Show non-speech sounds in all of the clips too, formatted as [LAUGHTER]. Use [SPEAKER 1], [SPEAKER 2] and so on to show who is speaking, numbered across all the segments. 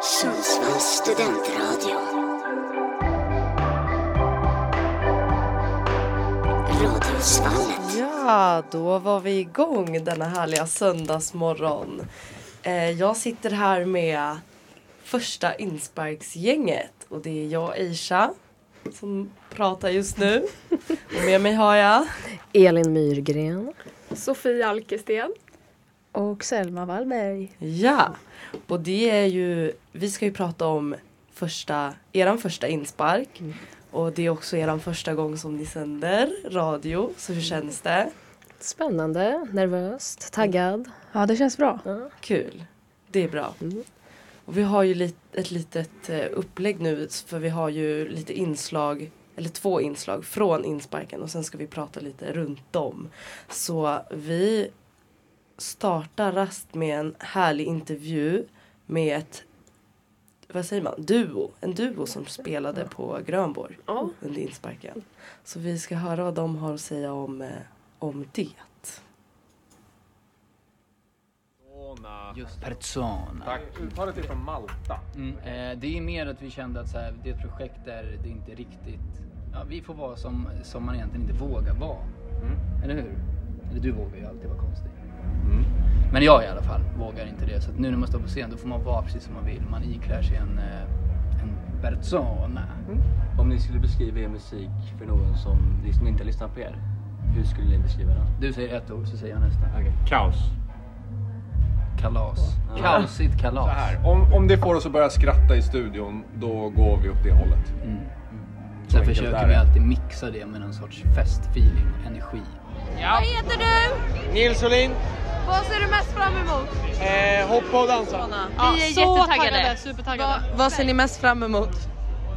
[SPEAKER 1] Sundsvalls studentradio. Radiosvallet.
[SPEAKER 2] Ja, då var vi igång denna härliga söndagsmorgon. Eh, jag sitter här med första insparksgänget och det är jag, Aisha, som pratar just nu. Och med mig har jag
[SPEAKER 3] Elin Myrgren.
[SPEAKER 4] Sofie Alkesten.
[SPEAKER 3] Och Selma Wallberg.
[SPEAKER 2] Ja, och det är ju, vi ska ju prata om första, eran första inspark. Och det är också eran första gång som ni sänder radio, så hur känns det?
[SPEAKER 3] Spännande, nervöst, taggad.
[SPEAKER 4] Ja, det känns bra.
[SPEAKER 2] Kul. Det är bra.
[SPEAKER 3] Mm.
[SPEAKER 2] Och vi har ju lit, ett litet eh, upplägg nu för vi har ju lite inslag, eller två inslag från insparken och sen ska vi prata lite runt om. Så vi startar rast med en härlig intervju med ett vad säger man? Duo. En duo som spelade på Grönborg
[SPEAKER 4] Ja.
[SPEAKER 2] under insparken. Så vi ska höra vad de har att säga om, eh, om det.
[SPEAKER 5] Just persona.
[SPEAKER 6] Tack. Uttalet är från Malta.
[SPEAKER 5] Mm. Eh, det är mer att vi kände att så här, det är ett projekt där det inte riktigt... Ja, vi får vara som, som man egentligen inte vågar vara.
[SPEAKER 6] Mm.
[SPEAKER 5] Eller hur? Eller du vågar ju alltid vara konstig. Men jag i alla fall vågar inte det. Så att nu när man står på scen då får man vara precis som man vill. Man iklär sig en, eh, en persona.
[SPEAKER 6] Mm.
[SPEAKER 7] Om ni skulle beskriva er musik för någon som liksom inte har lyssnat på er, hur skulle ni beskriva den?
[SPEAKER 5] Du säger ett ord så säger jag nästa.
[SPEAKER 6] Kaos.
[SPEAKER 5] Kalas. Kaosigt kalas.
[SPEAKER 6] Så här. Om, om det får oss att börja skratta i studion, då går vi åt det hållet.
[SPEAKER 5] Sen
[SPEAKER 6] enkelt är
[SPEAKER 5] försöker vi
[SPEAKER 6] det.
[SPEAKER 5] alltid mixa det med någon sorts festfeeling, energi.
[SPEAKER 8] Vad heter du?
[SPEAKER 9] Nils Olin,
[SPEAKER 8] Vad ser du mest fram emot?
[SPEAKER 9] eh, hoppa och dansa.
[SPEAKER 8] vi är jättetaggade. Supertaggade.
[SPEAKER 2] Vad ser ni mest fram emot?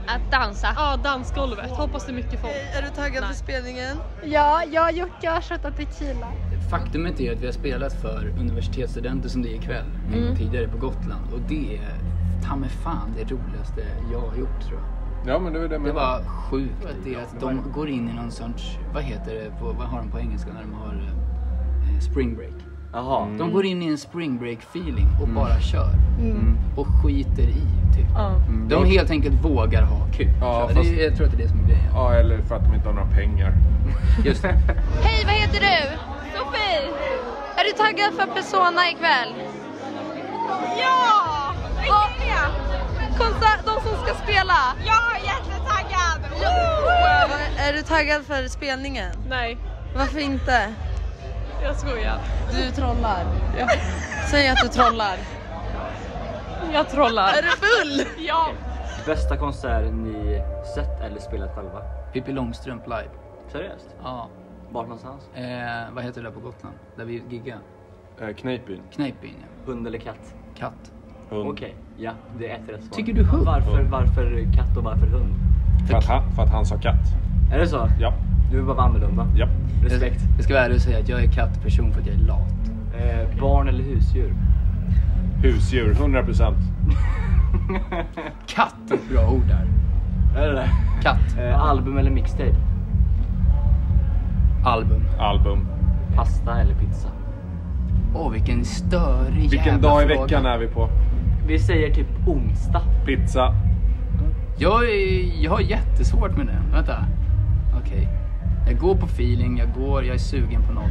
[SPEAKER 8] Att dansa.
[SPEAKER 10] Ja, dansgolvet. Hoppas det är mycket folk.
[SPEAKER 2] Är du taggad för spelningen?
[SPEAKER 4] Ja, jag har gjort, jag har köttat tequila.
[SPEAKER 5] Faktumet är att vi har spelat för universitetsstudenter som det är ikväll, tidigare på Gotland. Och det är ta mig fan det roligaste jag har gjort tror jag.
[SPEAKER 6] Ja, men det är det
[SPEAKER 5] Det
[SPEAKER 6] med.
[SPEAKER 5] var sjukt. Att det är att de går in i någon sorts, vad heter det, på, vad har de på engelska när de har eh, spring break?
[SPEAKER 7] Jaha.
[SPEAKER 5] De går in i en spring break feeling och bara kör. Och skiter i typ. De helt enkelt vågar ha kul.
[SPEAKER 6] Ja,
[SPEAKER 5] Ja,
[SPEAKER 6] fast-
[SPEAKER 5] det, jag tror att det är det som är grejen.
[SPEAKER 6] Ja, eller för att de inte har några pengar.
[SPEAKER 5] Just det.
[SPEAKER 8] Hej, vad heter du? Sofie. Är du taggad för Persona ikväll? Ja! Vilken Konsert, de som ska spela. Jag är jättetaggad.
[SPEAKER 2] Är du taggad för spelningen?
[SPEAKER 10] Nej,
[SPEAKER 2] Varför inte?
[SPEAKER 10] jag skojar.
[SPEAKER 2] Du trollar. Säg att du trollar.
[SPEAKER 10] Jag trollar.
[SPEAKER 2] Är du full?
[SPEAKER 10] Ja.
[SPEAKER 7] Bästa konsert ni sett eller spelat själva?
[SPEAKER 5] Pippi Långstrump live.
[SPEAKER 7] Seriöst?
[SPEAKER 5] Ja.
[SPEAKER 7] Vart någonstans?
[SPEAKER 5] Eh, vad heter det där på Gotland? Där vi giggade?
[SPEAKER 6] Eh, Kneippbyn.
[SPEAKER 5] Kneippbyn, ja.
[SPEAKER 7] Hund eller katt?
[SPEAKER 5] Katt.
[SPEAKER 6] Hund.
[SPEAKER 7] Okej, ja det är ett rätt svar.
[SPEAKER 5] Tycker du hund?
[SPEAKER 7] Varför, varför katt och varför hund?
[SPEAKER 6] För, att han, för att han sa katt.
[SPEAKER 7] Är det så?
[SPEAKER 6] Ja,
[SPEAKER 7] Du vill bara vara annorlunda?
[SPEAKER 6] ja.
[SPEAKER 7] Respekt.
[SPEAKER 5] Jag ska vara ärlig och säga att jag är kattperson för att jag är lat.
[SPEAKER 7] Eh, barn eller husdjur?
[SPEAKER 6] Husdjur, 100 procent.
[SPEAKER 5] Katt är ett bra ord där.
[SPEAKER 7] Är det det?
[SPEAKER 5] Katt.
[SPEAKER 7] Eh, album eller mixtape?
[SPEAKER 5] Album.
[SPEAKER 6] Album.
[SPEAKER 7] Pasta eller pizza?
[SPEAKER 5] Åh vilken störig
[SPEAKER 6] Vilken
[SPEAKER 5] jävla
[SPEAKER 6] dag i
[SPEAKER 5] fråga.
[SPEAKER 6] veckan är vi på?
[SPEAKER 7] Vi säger typ onsdag.
[SPEAKER 6] Pizza.
[SPEAKER 5] Jag, är, jag har jättesvårt med den. Vänta. Okej. Jag går på feeling, jag går, jag är sugen på något.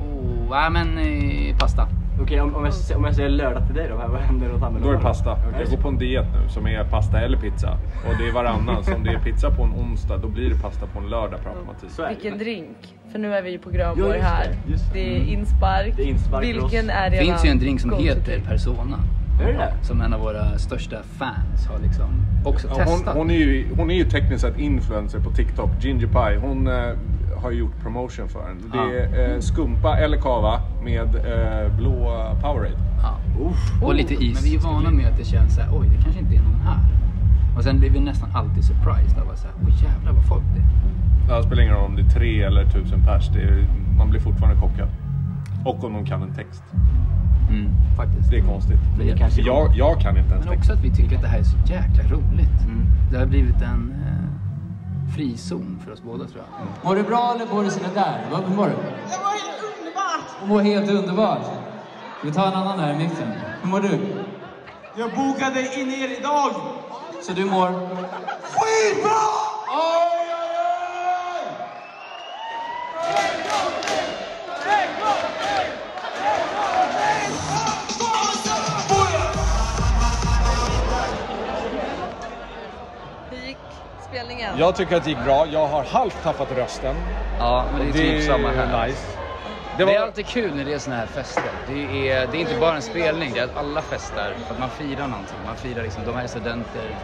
[SPEAKER 5] Åh, nej men eh, pasta.
[SPEAKER 7] Okej, om, om, jag, s- om jag säger lördag till dig då, vad händer åt annorlunda?
[SPEAKER 6] Då är det pasta.
[SPEAKER 7] Okej.
[SPEAKER 6] Jag går på en diet nu som är pasta eller pizza. Och det är varannan. Så om det är pizza på en onsdag, då blir det pasta på en lördag per automatik.
[SPEAKER 7] Så är det.
[SPEAKER 11] Vilken drink? För nu är vi ju på
[SPEAKER 7] Ja,
[SPEAKER 11] Grönborg
[SPEAKER 7] just det,
[SPEAKER 11] här.
[SPEAKER 7] just det. Mm.
[SPEAKER 11] är inspark.
[SPEAKER 7] Det är inspark för oss.
[SPEAKER 11] Vilken är
[SPEAKER 5] Det
[SPEAKER 11] era
[SPEAKER 5] finns ju en drink som
[SPEAKER 11] go-to
[SPEAKER 5] heter
[SPEAKER 11] drink?
[SPEAKER 5] Persona.
[SPEAKER 7] Är det det?
[SPEAKER 5] Som en av våra största fans har liksom också
[SPEAKER 6] Ja, Hon,
[SPEAKER 5] testat.
[SPEAKER 6] hon, är ju, hon är ju tekniskt sett influencer på TikTok, Ginger Pie. Hon eh, har ju gjort promotion för den. Det är eh, skumpa eller kava med eh, blå Powerade.
[SPEAKER 5] Ja. och lite is. Oh, Men vi är vana med att det känns så här, oj det kanske inte är någon här. Och sen blir vi nästan alltid surprised. Alla så här, oj jävlar vad folk det är.
[SPEAKER 6] Det här spelar ingen roll om det är tre eller tusen pers. Det är, man blir fortfarande chockad. Och om de kan en text.
[SPEAKER 9] Mm.
[SPEAKER 5] Faktiskt.
[SPEAKER 6] Det är konstigt.
[SPEAKER 7] Men det kanske
[SPEAKER 6] Jag, jag kan inte ens
[SPEAKER 5] Men
[SPEAKER 6] text.
[SPEAKER 5] också att vi tycker att det här är så jäkla roligt.
[SPEAKER 7] Mm.
[SPEAKER 5] Det har blivit en eh, frizon för oss båda tror jag.
[SPEAKER 9] Mm. Mår du bra eller mår du sådär? Hur mår du? Jag mår helt underbart. Mår helt underbart? Vi tar en annan här i mitten. Hur mår du? Jag bokade in er idag! Så du mår? Skitbra! Oj, oj, oj!
[SPEAKER 11] Hur gick spelningen?
[SPEAKER 12] Jag tycker att det gick bra. Jag har halvt tappat rösten.
[SPEAKER 5] Ja, men det är typ samma här.
[SPEAKER 12] Nice.
[SPEAKER 5] Det, är alltid kul när det är såna här fester. Det är, det är inte bara en spelning, det är att alla festar. Att man firar någonting. Man firar liksom, de här är studenter.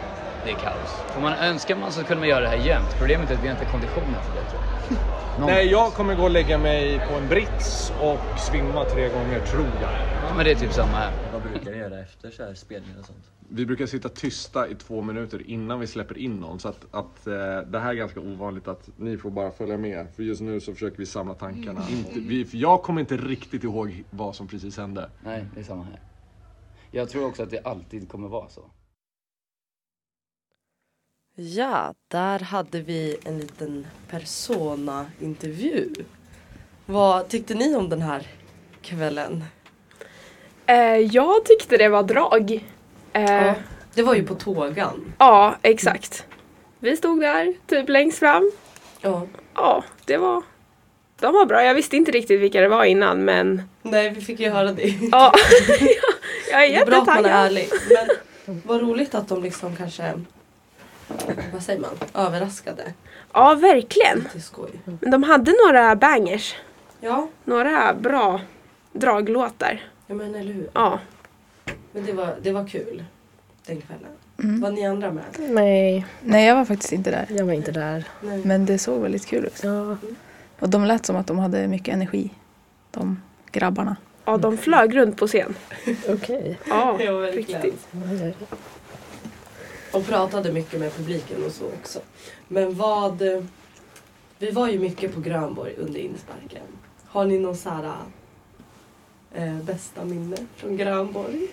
[SPEAKER 5] Det är kaos. Om man önskar man så kunde man göra det här jämt. Problemet är att vi har inte konditionen för det tror jag. Någon-
[SPEAKER 12] Nej, Eh, jag kommer gå och lägga mig på en brits och svimma tre gånger, tror jag.
[SPEAKER 5] Men det är typ samma här.
[SPEAKER 7] Vad brukar ni göra efter så här spelningar och sånt?
[SPEAKER 6] Vi brukar sitta tysta i två minuter innan vi släpper in någon. Så att, att eh, det här är ganska ovanligt att ni får bara följa med. För just nu så försöker vi samla tankarna.
[SPEAKER 5] Mm.
[SPEAKER 6] Inte, vi, för jag kommer inte riktigt ihåg vad som precis hände.
[SPEAKER 5] Nej, det är samma här. Jag tror också att det alltid kommer vara så.
[SPEAKER 2] Ja, där hade vi en liten persona-intervju. Vad tyckte ni om den här kvällen?
[SPEAKER 4] Eh, jag tyckte det var drag. Eh,
[SPEAKER 2] Ja, det var ju på tågan.
[SPEAKER 4] Ja, exakt. Vi stod där, typ längst fram.
[SPEAKER 2] Ja.
[SPEAKER 4] Ja, det var... De var bra. Jag visste inte riktigt vilka det var innan, men...
[SPEAKER 2] Nej, vi fick ju höra det.
[SPEAKER 4] Ja, [LAUGHS] jag är
[SPEAKER 2] Det är bra att man är
[SPEAKER 4] jättetaggad.
[SPEAKER 2] ärlig. Men vad roligt att de liksom kanske, vad säger man, överraskade.
[SPEAKER 4] Ja, verkligen.
[SPEAKER 2] Det är skoj.
[SPEAKER 4] Men de hade några bangers.
[SPEAKER 2] Ja,
[SPEAKER 4] Några bra draglåtar.
[SPEAKER 2] ja men eller hur.
[SPEAKER 4] Ja.
[SPEAKER 2] Men det var, det var kul den kvällen.
[SPEAKER 4] Mm.
[SPEAKER 2] Var ni andra med?
[SPEAKER 3] Nej.
[SPEAKER 13] Nej, jag var faktiskt inte där.
[SPEAKER 3] Jag var inte där.
[SPEAKER 13] Men det såg väldigt kul ut. Och de lät som att de hade mycket energi, de grabbarna.
[SPEAKER 4] Ja, de flög runt på scen.
[SPEAKER 3] Okej.
[SPEAKER 4] Ja,
[SPEAKER 2] Ja, verkligen.
[SPEAKER 4] riktigt.
[SPEAKER 2] Och pratade mycket med publiken och så också. Men vad, vi var ju mycket på Grönborg under insparken. Har ni någon så här eh, bästa minne från Grönborg?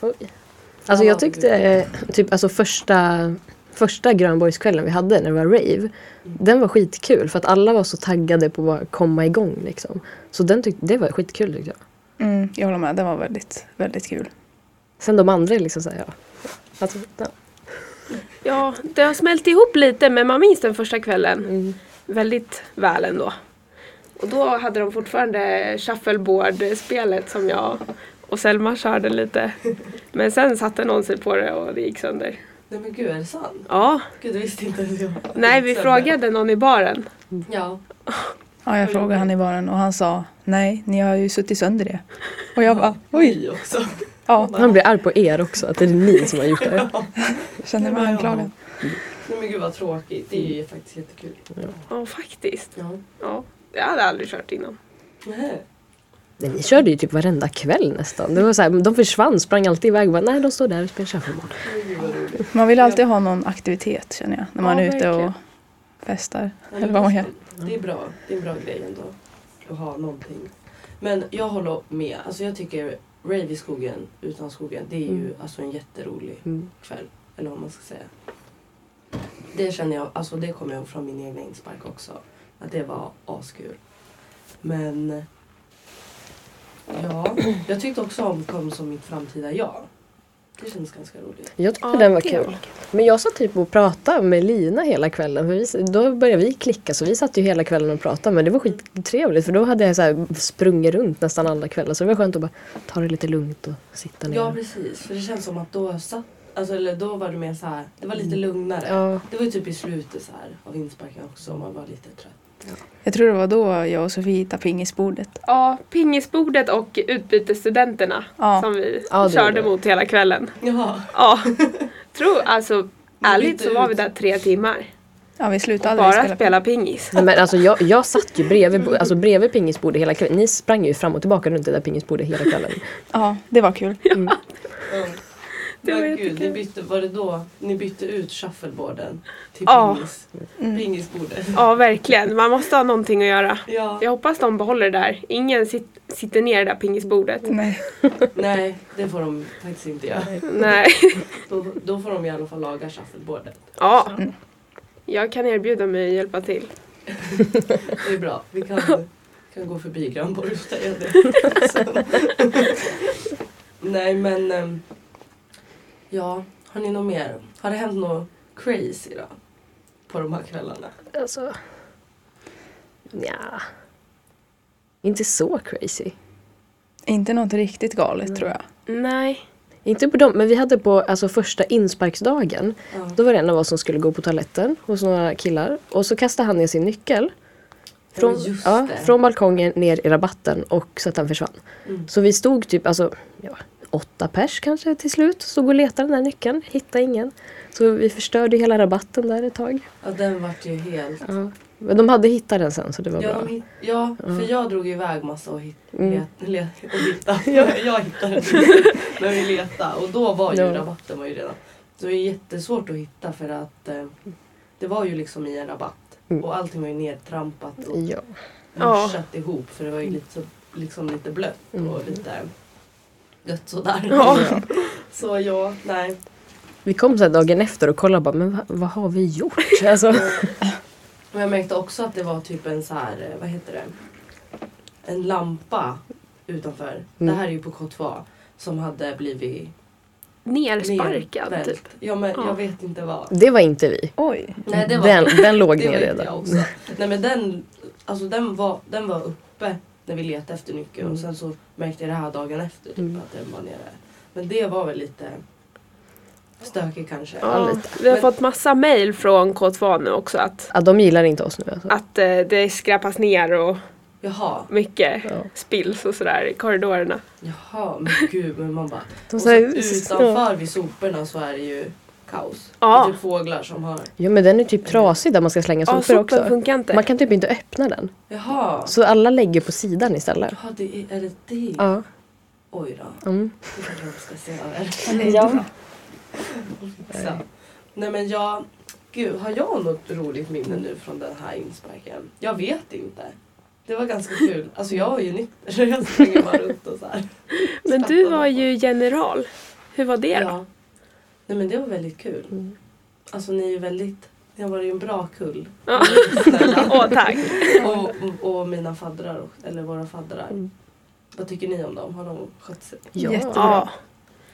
[SPEAKER 3] Oj. Alltså jag tyckte eh, typ alltså första, första Grönborgskvällen vi hade när det var rave. Den var skitkul för att alla var så taggade på att bara komma igång liksom. Så den tyckte, det var skitkul tyckte jag.
[SPEAKER 13] Mm, jag håller med, den var väldigt, väldigt kul.
[SPEAKER 3] Sen de andra är liksom såhär ja. Alltså, ja.
[SPEAKER 4] Ja, det har smält ihop lite men man minns den första kvällen
[SPEAKER 13] Mm.
[SPEAKER 4] väldigt väl ändå. Och då hade de fortfarande shuffleboard-spelet som jag och Selma körde lite. Men sen satte någon sig på det och det gick sönder.
[SPEAKER 2] Nej men gud, är det sant?
[SPEAKER 4] Ja.
[SPEAKER 2] Gud, det visste inte ens jag.
[SPEAKER 4] Nej, vi frågade någon i baren.
[SPEAKER 2] Ja.
[SPEAKER 13] Ja, jag frågade han i baren och han sa nej, ni har ju suttit sönder det. Och jag bara oj.
[SPEAKER 2] också.
[SPEAKER 3] [LAUGHS]
[SPEAKER 13] Ja.
[SPEAKER 3] Han blir arg på er också att det är ni som har gjort det.
[SPEAKER 13] Kände mig anklagad.
[SPEAKER 2] Nej men gud vad tråkigt. Det är ju faktiskt jättekul.
[SPEAKER 4] Ja, faktiskt.
[SPEAKER 2] Ja.
[SPEAKER 4] ja. Jag hade aldrig kört innan.
[SPEAKER 2] Nej.
[SPEAKER 3] Men ni körde ju typ varenda kväll nästan. Det var så här, de försvann, sprang alltid iväg och bara nej de står där och spelar shuffleboard.
[SPEAKER 13] Man vill alltid ha någon aktivitet känner jag när man
[SPEAKER 2] Ja,
[SPEAKER 13] är ute
[SPEAKER 2] verkligen.
[SPEAKER 13] och festar.
[SPEAKER 2] Ja,
[SPEAKER 13] Eller vad man gör.
[SPEAKER 2] Det är bra. Det är en bra grej ändå. Att ha någonting. Men jag håller med. Alltså jag tycker rave i skogen, utan skogen, det är ju
[SPEAKER 3] Mm.
[SPEAKER 2] alltså en jätterolig
[SPEAKER 3] Mm.
[SPEAKER 2] kväll. Eller vad man ska säga. Det känner jag, alltså det kommer jag från min egna inspark också. Att det var askul. Men ja, jag tyckte också om Kom som mitt framtida jag. Det kändes ganska roligt.
[SPEAKER 3] Jag tyckte
[SPEAKER 2] Ja,
[SPEAKER 3] den var
[SPEAKER 2] det var
[SPEAKER 3] kul. Men jag satt typ och pratade med Lina hela kvällen. För vi, då började vi klicka så vi satt ju hela kvällen och pratade. Men det var skittrevligt för då hade jag så här sprungit runt nästan alla kvällar. Så det var skönt att bara ta det lite lugnt och sitta ner.
[SPEAKER 2] Ja precis, för det känns som att då satt Alltså, eller då var det mer så här, det var lite
[SPEAKER 3] Mm.
[SPEAKER 2] lugnare.
[SPEAKER 3] Ja.
[SPEAKER 2] Det var ju typ i slutet så här av insparken också, man var lite trött.
[SPEAKER 13] Jag tror det var då jag och Sofie hittade pingisbordet.
[SPEAKER 4] Ja, pingisbordet och utbytesstudenterna
[SPEAKER 13] Ja.
[SPEAKER 4] som vi
[SPEAKER 13] Ja, det
[SPEAKER 4] körde
[SPEAKER 13] gjorde vi.
[SPEAKER 4] mot hela kvällen.
[SPEAKER 2] Ja.
[SPEAKER 4] ja. Tro, alltså ärligt så
[SPEAKER 13] bytte
[SPEAKER 4] var vi där tre timmar.
[SPEAKER 13] Ja, vi slutade
[SPEAKER 4] Och
[SPEAKER 13] aldrig
[SPEAKER 4] bara
[SPEAKER 13] spela.
[SPEAKER 4] spela pingis.
[SPEAKER 3] Nej, men alltså jag, jag satt ju bredvid, bo- alltså bredvid pingisbordet hela kvällen. Ni sprang ju fram och tillbaka runt det där pingisbordet hela kvällen.
[SPEAKER 13] Ja, det var kul.
[SPEAKER 2] [LAUGHS] Det var Men gud, ni bytte, var det då ni bytte ut shuffleboarden till
[SPEAKER 4] Ja.
[SPEAKER 2] pingis? Pingisbordet.
[SPEAKER 4] Ja, verkligen. Man måste ha någonting att göra.
[SPEAKER 2] Ja.
[SPEAKER 4] Jag hoppas de behåller det där. Ingen sit, sitter ner i det där pingisbordet.
[SPEAKER 13] Nej.
[SPEAKER 2] Nej, det får de faktiskt inte göra.
[SPEAKER 4] Nej. [LAUGHS]
[SPEAKER 2] Då, då får de i alla fall laga shuffleboardet.
[SPEAKER 4] Ja. Jag kan erbjuda mig att hjälpa till.
[SPEAKER 2] Det är bra. Vi [LAUGHS] kan, kan gå förbi Grönborg och [LAUGHS] säga det. Så. Nej men ehm, Ja, har ni något mer? Har det hänt något crazy då? På de här kvällarna?
[SPEAKER 3] Alltså, ja. Inte så crazy.
[SPEAKER 13] Inte något riktigt galet tror jag.
[SPEAKER 4] Nej.
[SPEAKER 3] Inte på dem, men vi hade på alltså, första insparksdagen. Då var det en av oss som skulle gå på toaletten hos några killar. Och så kastade han ner sin nyckel. Från,
[SPEAKER 2] Ja, just
[SPEAKER 3] ja,
[SPEAKER 2] det.
[SPEAKER 3] från balkongen ner i rabatten och så att den försvann.
[SPEAKER 2] Mm.
[SPEAKER 3] Så vi stod typ alltså, ja, åtta pers kanske till slut. Stod och letade den där nyckeln, hittade ingen. Så vi förstörde hela rabatten där ett tag.
[SPEAKER 2] Ja, den vart ju helt...
[SPEAKER 3] Ja. Men de hade hittat den sen så det var
[SPEAKER 2] Ja,
[SPEAKER 3] bra.
[SPEAKER 2] de hit, ja för
[SPEAKER 3] Ja.
[SPEAKER 2] jag drog iväg massa och, hit,
[SPEAKER 3] Mm.
[SPEAKER 2] let, let, och
[SPEAKER 3] [LAUGHS]
[SPEAKER 2] hittade. Jag hittade inte. Men vi letade och då var ju
[SPEAKER 3] Ja.
[SPEAKER 2] rabatten var ju redan. Så det är jättesvårt att hitta för att eh, det var ju liksom i en rabatt.
[SPEAKER 3] Mm.
[SPEAKER 2] Och allting var ju nedtrampat och
[SPEAKER 3] Ja.
[SPEAKER 2] muschat ihop för det var ju lite, så- liksom lite blött och lite dött sådär.
[SPEAKER 3] Mm. Ja.
[SPEAKER 2] [LAUGHS] Så ja, nej.
[SPEAKER 3] Vi kom så här dagen efter och kollade bara, men va, vad har vi gjort? [LAUGHS] Alltså,
[SPEAKER 2] Men jag märkte också att det var typ en så här, eh, vad heter det? En lampa utanför. Det
[SPEAKER 3] Mm.
[SPEAKER 2] här är ju på K2 som hade blivit
[SPEAKER 4] Nersparkad
[SPEAKER 2] nedvält.
[SPEAKER 4] typ.
[SPEAKER 2] Ja men
[SPEAKER 4] Ja.
[SPEAKER 2] jag vet inte vad.
[SPEAKER 3] det var inte vi.
[SPEAKER 13] Oj.
[SPEAKER 2] Nej, det var,
[SPEAKER 3] Den, den
[SPEAKER 2] [LAUGHS]
[SPEAKER 3] låg
[SPEAKER 2] det var
[SPEAKER 3] ner
[SPEAKER 2] inte
[SPEAKER 3] redan.
[SPEAKER 2] jag också. Nej men den, alltså den var, den var uppe när vi letade efter nyckeln
[SPEAKER 3] Mm.
[SPEAKER 2] och sen så märkte jag det här dagen efter typ att den var nere. Men det var väl lite stökigt kanske.
[SPEAKER 4] Ja, vi har
[SPEAKER 2] Men-
[SPEAKER 4] fått massa mejl från K2 nu också att,
[SPEAKER 3] Ja, de gillar inte oss nu. Alltså.
[SPEAKER 4] att eh, det skräpas ner och
[SPEAKER 2] Jaha,
[SPEAKER 4] mycket
[SPEAKER 3] Ja.
[SPEAKER 4] spills och sådär i korridorerna.
[SPEAKER 2] jaha,
[SPEAKER 3] [LAUGHS]
[SPEAKER 2] men gud. Men man bara.
[SPEAKER 3] De
[SPEAKER 2] och så typ
[SPEAKER 3] säger-
[SPEAKER 2] utanför vid soporna så är det ju kaos.
[SPEAKER 4] Ja.
[SPEAKER 2] Det är typ fåglar som har...
[SPEAKER 3] Ja, men den är
[SPEAKER 2] Mm.
[SPEAKER 3] typ trasig där man ska slänga
[SPEAKER 4] Ja,
[SPEAKER 3] sopor
[SPEAKER 4] sopor
[SPEAKER 3] också.
[SPEAKER 4] funkar inte.
[SPEAKER 3] Man kan typ inte öppna den.
[SPEAKER 2] Jaha.
[SPEAKER 3] Så alla lägger på sidan istället.
[SPEAKER 2] Jaha, det är, är det det?
[SPEAKER 3] Ja.
[SPEAKER 2] Oj då.
[SPEAKER 3] Mm.
[SPEAKER 2] Det kanske de ska se över.
[SPEAKER 3] Ja.
[SPEAKER 4] Alltså.
[SPEAKER 2] Så. Nej men jag... Gud, har jag något roligt minne nu från den här insparken? Jag vet inte. Det var
[SPEAKER 4] [LAUGHS]
[SPEAKER 2] ganska kul. Alltså jag var ju nykter [LAUGHS] så jag sprang bara runt och så här.
[SPEAKER 4] Men du var ju general. Hur var det då?
[SPEAKER 2] Ja. Nej men det var väldigt kul.
[SPEAKER 4] Mm.
[SPEAKER 2] Alltså ni är ju väldigt... Ni har varit en bra kull.
[SPEAKER 4] Ja. [LAUGHS]
[SPEAKER 2] Snälla.
[SPEAKER 4] Åh tack.
[SPEAKER 2] och, och, och mina faddrar, och- eller våra faddrar.
[SPEAKER 4] Mm.
[SPEAKER 2] Vad tycker ni om dem? Har de skött sig?
[SPEAKER 3] Ja.
[SPEAKER 4] Ja.
[SPEAKER 3] Jättebra.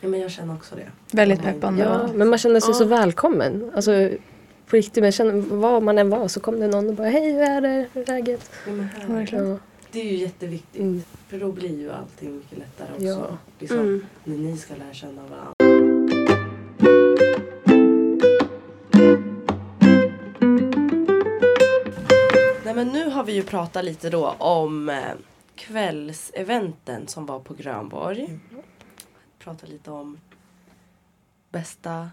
[SPEAKER 2] Ja, men jag känner också det.
[SPEAKER 13] Väldigt peppande.
[SPEAKER 3] Ja, men man känner sig
[SPEAKER 4] Ja.
[SPEAKER 3] så välkommen. Alltså, på riktigt, man känner, vad man än var så kom det någon och bara hej, hur är det, hur är läget?
[SPEAKER 2] Ja, men här-
[SPEAKER 3] Ja.
[SPEAKER 2] Det är ju jätteviktigt.
[SPEAKER 3] Mm.
[SPEAKER 2] För då blir ju allting mycket lättare också.
[SPEAKER 3] Ja.
[SPEAKER 2] Liksom,
[SPEAKER 4] Mm.
[SPEAKER 2] När ni ska lära känna varandra. Nej men nu har vi ju pratat lite då om eh, kvällseventen som var på Grönborg. Pratat lite om bästa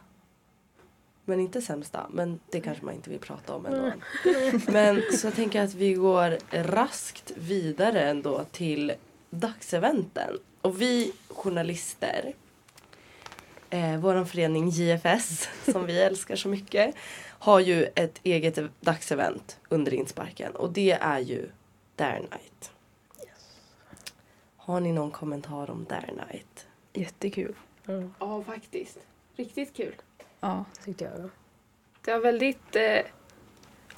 [SPEAKER 2] men inte sämsta, men det kanske man inte vill prata om ändå. Men så jag tänker att vi går raskt vidare ändå till dagseventen. Och vi journalister, eh, vår förening
[SPEAKER 3] [LAUGHS]
[SPEAKER 2] JFS som vi älskar så mycket, har ju ett eget dagsevent under insparken och det är ju Dare Night. Har ni någon kommentar om Dare Night?
[SPEAKER 13] Jättekul.
[SPEAKER 4] Ja, faktiskt. Riktigt kul.
[SPEAKER 13] Ja.
[SPEAKER 3] Tyckte jag.
[SPEAKER 4] Det var väldigt... Eh,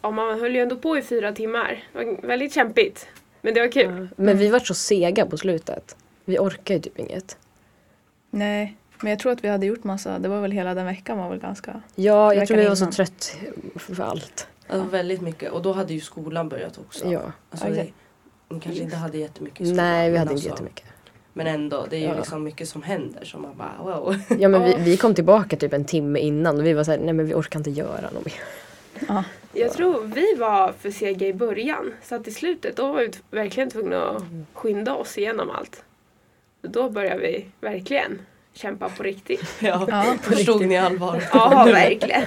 [SPEAKER 4] ja, man höll ju ändå på i fyra timmar. Det var väldigt kämpigt. Men det var kul.
[SPEAKER 3] Men vi var så sega på slutet. Vi orkar ju typ inget.
[SPEAKER 13] Nej, men jag tror att vi hade gjort massa, det var väl hela den veckan var väl ganska...
[SPEAKER 3] Ja, jag
[SPEAKER 13] Veckan
[SPEAKER 3] tror vi var så
[SPEAKER 13] innan.
[SPEAKER 3] trött för allt.
[SPEAKER 2] Ja. Väldigt mycket och då hade ju skolan börjat också.
[SPEAKER 3] Ja.
[SPEAKER 2] Alltså,
[SPEAKER 13] Ja,
[SPEAKER 2] ni,
[SPEAKER 13] exakt.
[SPEAKER 2] ni kanske inte hade jättemycket i skolan.
[SPEAKER 3] Nej, vi
[SPEAKER 2] men
[SPEAKER 3] hade inte
[SPEAKER 2] alltså-
[SPEAKER 3] jättemycket.
[SPEAKER 2] Men ändå, det är ju
[SPEAKER 3] Ja.
[SPEAKER 2] liksom mycket som händer som man bara wow. [LAUGHS]
[SPEAKER 3] Ja, men vi, vi kom tillbaka typ en timme innan och vi var så här, nej men vi orkar inte göra något mer.
[SPEAKER 13] Ja.
[SPEAKER 4] Jag tror vi var för sega i början. Så att i slutet då var vi t- verkligen tvungna att skynda oss igenom allt. Och Då började vi verkligen kämpa
[SPEAKER 2] [LAUGHS]
[SPEAKER 4] på riktigt.
[SPEAKER 2] Ja,
[SPEAKER 13] Ja, på
[SPEAKER 2] förstod
[SPEAKER 13] riktigt.
[SPEAKER 2] ni allvaret?
[SPEAKER 4] Ja, verkligen.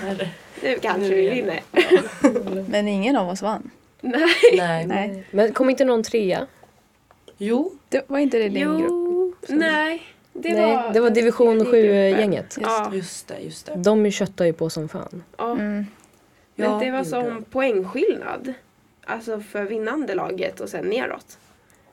[SPEAKER 4] Nu kanske
[SPEAKER 2] Nu
[SPEAKER 4] vi
[SPEAKER 2] igen.
[SPEAKER 4] vinner.
[SPEAKER 13] Men ingen av oss vann.
[SPEAKER 4] [LAUGHS] Nej.
[SPEAKER 2] Nej.
[SPEAKER 13] Nej.
[SPEAKER 3] Men kom inte någon trea?
[SPEAKER 2] Jo,
[SPEAKER 13] Det var inte det din grupp?
[SPEAKER 4] Jo, nej. Det
[SPEAKER 3] nej,
[SPEAKER 4] var,
[SPEAKER 3] det var division 7-gänget.
[SPEAKER 4] Ja,
[SPEAKER 2] just det, just det.
[SPEAKER 3] De köttar ju på som fan.
[SPEAKER 4] ja.
[SPEAKER 13] Mm.
[SPEAKER 2] Ja,
[SPEAKER 4] Men det var
[SPEAKER 2] det gjorde de.
[SPEAKER 4] som poängskillnad. Alltså för vinnande laget och sen neråt.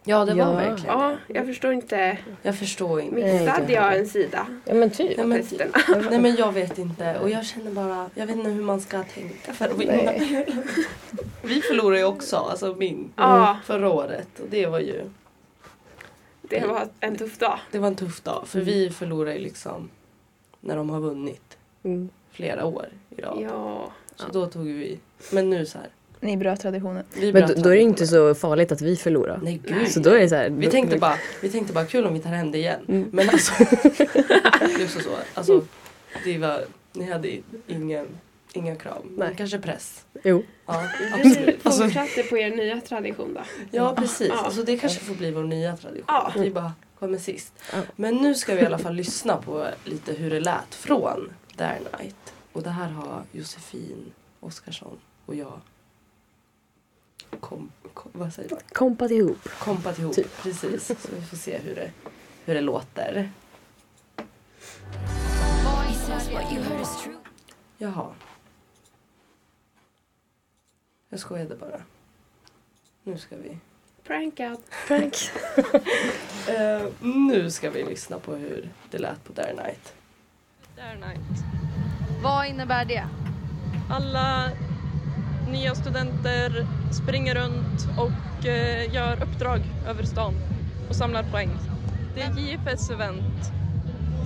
[SPEAKER 2] Ja, det
[SPEAKER 3] Ja.
[SPEAKER 2] var verkligen
[SPEAKER 4] Ja,
[SPEAKER 2] det.
[SPEAKER 4] jag förstår inte.
[SPEAKER 2] Jag förstår inte.
[SPEAKER 3] Nej, inte
[SPEAKER 4] Missade
[SPEAKER 3] heller.
[SPEAKER 4] jag en sida?
[SPEAKER 3] Ja men [LAUGHS] typ.
[SPEAKER 2] Nej men, Mm.
[SPEAKER 4] Testerna. [LAUGHS]
[SPEAKER 2] nej men jag vet inte och jag känner bara, jag vet inte hur man ska tänka för att vinna.
[SPEAKER 3] Nej.
[SPEAKER 2] [LAUGHS] Vi förlorade ju också, alltså min,
[SPEAKER 4] Ja.
[SPEAKER 2] förra året och det var ju,
[SPEAKER 4] Det var en tuff dag.
[SPEAKER 2] det var en tuff dag för vi förlorade ju liksom när de har vunnit
[SPEAKER 14] Mm.
[SPEAKER 2] flera år i rad.
[SPEAKER 4] Ja.
[SPEAKER 2] Så då tog vi, men nu så här.
[SPEAKER 13] Ni bröt traditionen.
[SPEAKER 2] Vi
[SPEAKER 14] Men
[SPEAKER 2] bröt
[SPEAKER 14] då, då är det inte så farligt att vi förlorar.
[SPEAKER 2] Nej, gud.
[SPEAKER 3] Alltså,
[SPEAKER 14] Så då är det så här,
[SPEAKER 2] Vi
[SPEAKER 14] då-
[SPEAKER 2] tänkte
[SPEAKER 14] då-
[SPEAKER 2] bara, vi tänkte bara kul om vi tar hem det igen. Men alltså, [LAUGHS] just så. Alltså, det var, ni hade ingen, inga krav. Men kanske press.
[SPEAKER 14] Jo.
[SPEAKER 2] [LAUGHS] Ja,
[SPEAKER 4] Vi
[SPEAKER 2] absolut. Alltså,
[SPEAKER 4] fortsatte på er nya tradition då.
[SPEAKER 2] ja, precis.
[SPEAKER 4] Ja.
[SPEAKER 2] Alltså, det kanske får bli vår nya tradition.
[SPEAKER 4] Ja.
[SPEAKER 2] Att vi bara kommer sist. Men nu ska vi i alla fall lyssna på lite hur det lät från Dare Night. Och det här har Josefin Oskarsson och jag kom, kom, vad säger man?
[SPEAKER 14] kompat ihop.
[SPEAKER 2] kompat ihop. Precis, så vi får se hur det, hur det låter. Jaha. Jag skojade bara. Nu ska vi...
[SPEAKER 4] Prank out.
[SPEAKER 14] Prank.
[SPEAKER 2] Eh, nu ska vi lyssna på hur det lät på Dare Night.
[SPEAKER 15] Dare Night. Vad innebär det?
[SPEAKER 16] Alla nya studenter springer runt och eh, gör uppdrag över stan och samlar poäng. Det är JFS event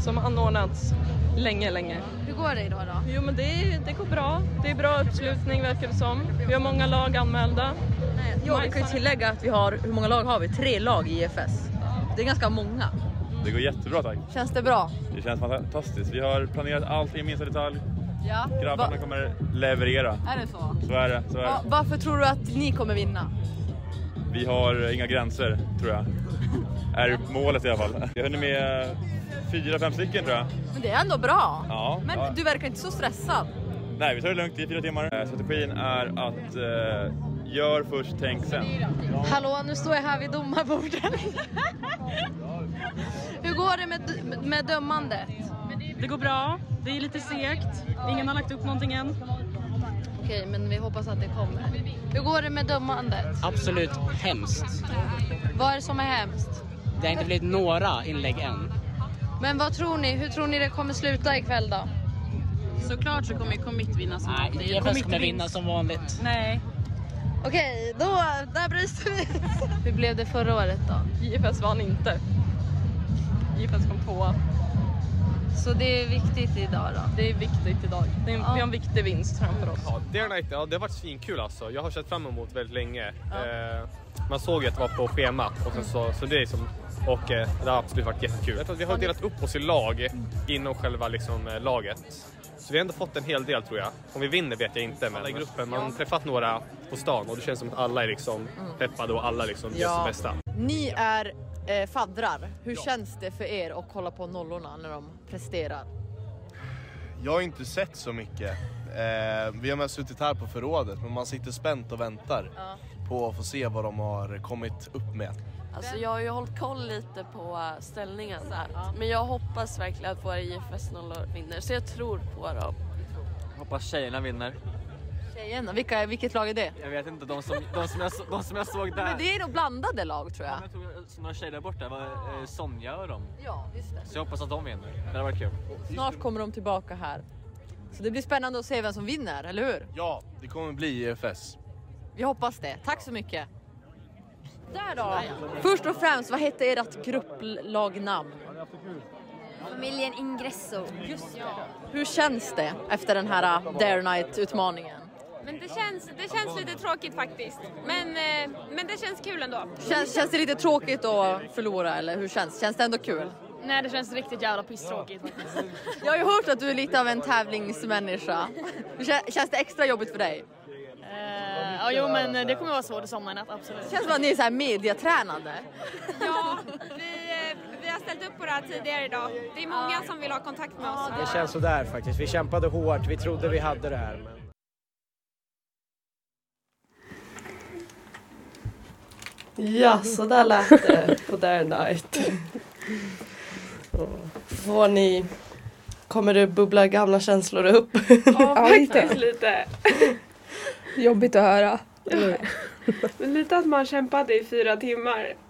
[SPEAKER 16] som har anordnats länge, länge.
[SPEAKER 15] Hur går det idag då?
[SPEAKER 16] Jo men det, det går bra. Det är bra uppslutning verkar det som. Vi har många lag anmälda.
[SPEAKER 3] Jo, vi kan ju tillägga att vi har, hur många lag har vi? Tre lag i IFS. Det är ganska många.
[SPEAKER 17] Det går jättebra tack.
[SPEAKER 3] Känns det bra?
[SPEAKER 17] Det känns fantastiskt. Vi har planerat allt i minsta detalj.
[SPEAKER 3] Ja.
[SPEAKER 17] Grabbarna kommer leverera.
[SPEAKER 3] Är det så?
[SPEAKER 17] Så är det. Så är
[SPEAKER 3] Va-
[SPEAKER 17] det.
[SPEAKER 3] varför tror du att ni kommer vinna?
[SPEAKER 17] Vi har inga gränser tror jag. Är målet i alla fall. Jag har hunnit med fyra, fem stycken tror jag.
[SPEAKER 3] Men det är ändå bra.
[SPEAKER 17] Ja.
[SPEAKER 3] Men
[SPEAKER 17] ja.
[SPEAKER 3] du verkar inte så stressad.
[SPEAKER 17] Nej, vi tar det lugnt i fyra timmar. Eh, Strategin är att eh, gör först, tänk sen.
[SPEAKER 15] Hallå, nu står jag här vid domarbordet. Hur går det med, med dömandet?
[SPEAKER 16] Det går bra. Det är lite segt. Ingen har lagt upp någonting än.
[SPEAKER 15] Okej, men vi hoppas att det kommer. Hur går det med dömandet?
[SPEAKER 5] Absolut hemskt.
[SPEAKER 15] Vad är det som är hemskt?
[SPEAKER 5] Det har inte blivit några inlägg än.
[SPEAKER 15] Men vad tror ni? Hur tror ni det kommer sluta ikväll då?
[SPEAKER 16] Såklart så kommer ju commit vinna som
[SPEAKER 5] Nej,
[SPEAKER 16] vanligt.
[SPEAKER 5] IFS kommer
[SPEAKER 16] Commit
[SPEAKER 5] vinna
[SPEAKER 16] vinst.
[SPEAKER 5] som vanligt.
[SPEAKER 15] Nej. Okej, då där brister vi. Hur blev det förra året då?
[SPEAKER 16] IFS vann inte. IFS kom tvåa.
[SPEAKER 15] Så det är viktigt idag då?
[SPEAKER 16] Det är viktigt idag. Det är en,
[SPEAKER 15] Ja.
[SPEAKER 16] Vi har en viktig vinst framför oss.
[SPEAKER 7] Ja, Dear Night, ja, det har varit svinkul alltså. Jag har sett fram emot väldigt länge. Eh, man såg ju att det var på schemat och sen så, så det är som, och eh, det har absolut varit jättekul. Jag tror att vi har delat upp oss i lag inom själva liksom, eh, laget. Så vi har ändå fått en hel del tror jag. Om vi vinner vet jag inte. Men alla i gruppen, man har träffat några på stan och det känns som att alla är liksom peppade och alla liksom gör
[SPEAKER 3] Ja.
[SPEAKER 7] sitt bästa.
[SPEAKER 3] Ni är eh, faddrar. Hur känns det för er att kolla på nollorna när de presterar?
[SPEAKER 6] Jag har inte sett så mycket. Eh, vi har mest suttit här på förrådet men man sitter spänt och väntar på att få se vad de har kommit upp med.
[SPEAKER 18] Alltså jag har ju hållit koll lite på eh, ställningen där. Men jag hoppas verkligen att våra IFS nollor vinner så jag tror på dem.
[SPEAKER 19] Hoppas tjejerna vinner.
[SPEAKER 3] Tjejerna, vilka, vilket lag är det?
[SPEAKER 19] Jag vet inte, de som, de som, jag, så- de som jag såg där.
[SPEAKER 3] Men det är nog blandade lag tror jag.
[SPEAKER 19] Jag tror jag- några tjejer där borta, var, eh, Sonja och dem.
[SPEAKER 3] Ja, visst det.
[SPEAKER 19] Så jag hoppas att de vinner. Det hade varit kul.
[SPEAKER 3] Snart kommer de tillbaka här. Så det blir spännande att se vem som vinner, eller hur?
[SPEAKER 6] Ja, det kommer bli eh, IFS.
[SPEAKER 3] Vi hoppas det. Tack så mycket. Där då. Först och främst, vad hette ert grupplagnamn?
[SPEAKER 20] Familjen Ingresso. Just
[SPEAKER 3] Hur känns det efter den här äh, Dare Night-utmaningen?
[SPEAKER 21] Men det känns, det känns lite tråkigt faktiskt. Men, eh, men det känns kul ändå.
[SPEAKER 3] Känns, känns det lite tråkigt att förlora eller hur känns Känns det ändå kul?
[SPEAKER 21] Nej, det känns riktigt jävla pisstråkigt faktiskt.
[SPEAKER 3] Jag har ju hört att du är lite av en tävlingsmänniska. Hur Kän, känns det extra jobbigt för dig?
[SPEAKER 21] Eh, ja, jo, men det kommer vara svårt i sommar i natt, absolut.
[SPEAKER 3] Det känns som att ni är så här mediatränade.
[SPEAKER 21] Ja, vi, eh, vi har ställt upp på det här tidigare idag. Det är många som vill ha kontakt med oss.
[SPEAKER 22] Det känns sådär faktiskt. Vi kämpade hårt. Vi trodde vi hade det här. Men...
[SPEAKER 2] Ja, så där lät det på Dare
[SPEAKER 4] [LAUGHS]
[SPEAKER 2] Night. Får ni... Kommer det bubbla gamla känslor
[SPEAKER 4] [LAUGHS]
[SPEAKER 2] upp? [LAUGHS]
[SPEAKER 13] Ja, lite.
[SPEAKER 4] Lite.
[SPEAKER 13] Jobbigt att höra.
[SPEAKER 4] Men lite att man kämpade i fyra timmar. [LAUGHS]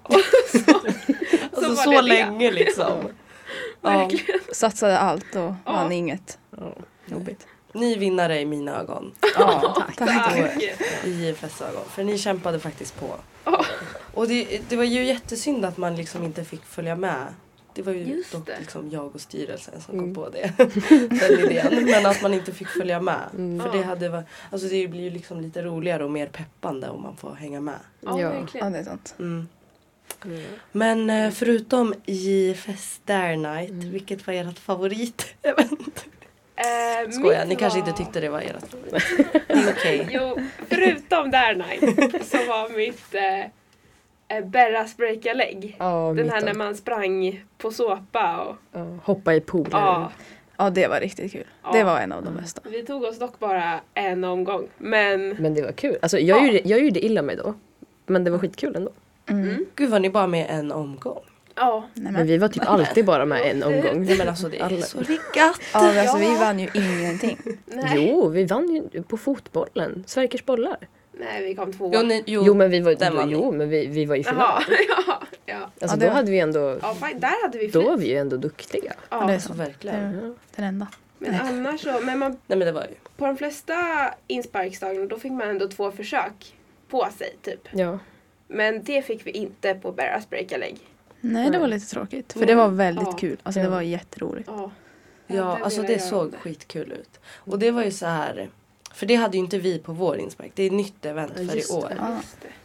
[SPEAKER 2] Alltså,
[SPEAKER 4] var
[SPEAKER 2] så
[SPEAKER 4] det det.
[SPEAKER 2] länge
[SPEAKER 4] [LAUGHS]
[SPEAKER 2] liksom. Ja.
[SPEAKER 13] Satsade allt och vann inget. Jobbigt.
[SPEAKER 2] Ni är vinnare i mina ögon.
[SPEAKER 13] Ja,
[SPEAKER 2] tack. I IFS ögon. För ni kämpade faktiskt på. Och det, det var ju jättesynd att man liksom inte fick följa med. Det- Det var ju
[SPEAKER 4] Just
[SPEAKER 2] dock liksom jag och styrelsen som
[SPEAKER 4] Mm.
[SPEAKER 2] kom på det. [LAUGHS] Den idén. Men att man inte fick följa med.
[SPEAKER 4] Mm.
[SPEAKER 2] För
[SPEAKER 4] Ja.
[SPEAKER 2] det, hade var, alltså det blir ju liksom lite roligare och mer peppande om man får hänga med.
[SPEAKER 13] Ja, Ja. verkligen. Ja, det är sant.
[SPEAKER 2] Mm. Men eh, förutom JFS Dare Night,
[SPEAKER 3] Mm.
[SPEAKER 2] vilket var ert favorit? [LAUGHS]
[SPEAKER 4] Eh,
[SPEAKER 2] Skojar,
[SPEAKER 4] mitt
[SPEAKER 2] ni kanske
[SPEAKER 4] var-
[SPEAKER 2] inte tyckte det var ert favorit. Det är Okej.
[SPEAKER 4] Jo, förutom där night så var mitt eh, eh, Berras breaka leg.
[SPEAKER 3] Ja,
[SPEAKER 4] Den
[SPEAKER 3] mitt
[SPEAKER 4] här när
[SPEAKER 3] av.
[SPEAKER 4] man sprang på såpa och
[SPEAKER 3] Ja, hoppa i poolen.
[SPEAKER 4] Ja.
[SPEAKER 13] Ja, det var riktigt kul.
[SPEAKER 4] Ja.
[SPEAKER 13] Det var en av de bästa.
[SPEAKER 4] vi tog oss dock bara en omgång. Men
[SPEAKER 3] Men det var kul. Alltså, jag, gjorde, jag gjorde illa mig då. Men det var skitkul ändå.
[SPEAKER 2] Gud var ni bara med en omgång?
[SPEAKER 4] ja.
[SPEAKER 3] Men vi var typ alltid bara med en omgång.
[SPEAKER 2] Nej, men alltså, det är så
[SPEAKER 13] riggat. Ja, men alltså, vi vann ju ingenting.
[SPEAKER 3] Jo, vi vann ju på fotbollen. Sverkers bollar.
[SPEAKER 4] Nej, vi kom tvåa.
[SPEAKER 2] Jo, ni,
[SPEAKER 3] Jo, men vi var, då, jo, men vi, vi var i final.
[SPEAKER 4] Jaha, [LAUGHS] ja. ja.
[SPEAKER 3] Alltså,
[SPEAKER 4] ja, det-
[SPEAKER 3] då hade vi ändå...
[SPEAKER 4] Ja, fan, där hade vi
[SPEAKER 3] Då
[SPEAKER 4] fri.
[SPEAKER 3] var vi ju ändå duktiga.
[SPEAKER 4] Ja, det är sant.
[SPEAKER 3] Mm.
[SPEAKER 2] verkligen.
[SPEAKER 13] Mm. Den enda.
[SPEAKER 4] Men annars så, men man,
[SPEAKER 2] Nej men det var ju.
[SPEAKER 4] på de flesta insparksdagarna då fick man ändå två försök på sig typ.
[SPEAKER 3] Ja.
[SPEAKER 4] Men det fick vi inte på Berras breaka leg.
[SPEAKER 13] Nej, det var lite tråkigt. För det var väldigt
[SPEAKER 4] Ja.
[SPEAKER 13] kul. Alltså, det var jätteroligt.
[SPEAKER 4] Ja,
[SPEAKER 2] Ja,
[SPEAKER 4] det
[SPEAKER 2] alltså
[SPEAKER 4] ville
[SPEAKER 2] det
[SPEAKER 4] jag
[SPEAKER 2] såg skitkul ut. Och det var ju så här. För det hade ju inte vi på vår inspark. Det är ett nytt event
[SPEAKER 3] Ja,
[SPEAKER 2] för i
[SPEAKER 3] just det.
[SPEAKER 2] år.
[SPEAKER 3] Ja.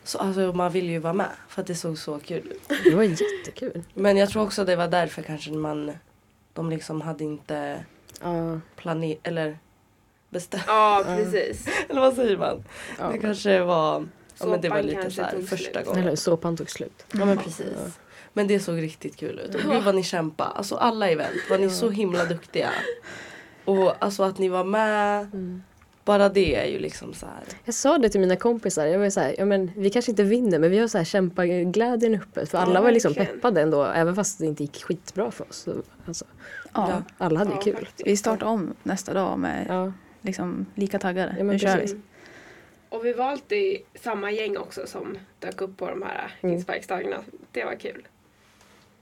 [SPEAKER 2] Så alltså, man vill ju vara med för att det såg så kul ut.
[SPEAKER 3] Det var jättekul.
[SPEAKER 2] Men jag tror också det var därför kanske man de liksom hade inte planerat eller bestämt.
[SPEAKER 4] Ja, precis.
[SPEAKER 2] [LAUGHS] eller vad säger man? Det kanske var Ja, men det var
[SPEAKER 4] Såpan
[SPEAKER 2] lite
[SPEAKER 4] kanske
[SPEAKER 2] så här
[SPEAKER 4] tog
[SPEAKER 2] första
[SPEAKER 4] slut.
[SPEAKER 2] gången.
[SPEAKER 3] Eller såpan tog slut.
[SPEAKER 2] Ja men precis. Men det såg riktigt kul ut. Och gud vad ni kämpade. Alltså alla event var ni så himla duktiga. Och alltså att ni var med. Bara det är ju liksom så här.
[SPEAKER 3] Jag sa det till mina kompisar. Jag var ju så här, ja, men, vi kanske inte vinner men vi har så här kämpaglädjen uppe. För
[SPEAKER 2] Ja,
[SPEAKER 3] alla var liksom
[SPEAKER 2] verkligen.
[SPEAKER 3] peppade ändå även fast det inte gick skitbra för oss. Så, Alltså,
[SPEAKER 13] Ja.
[SPEAKER 3] Alla hade ju kul.
[SPEAKER 13] Vi startade om nästa dag med liksom, lika taggade.
[SPEAKER 3] Ja, men
[SPEAKER 13] nu kör vi.
[SPEAKER 3] precis.
[SPEAKER 4] Mm. Och vi var alltid samma gäng också som dök upp på de här
[SPEAKER 2] Mm.
[SPEAKER 4] insparksdagarna. Det var kul.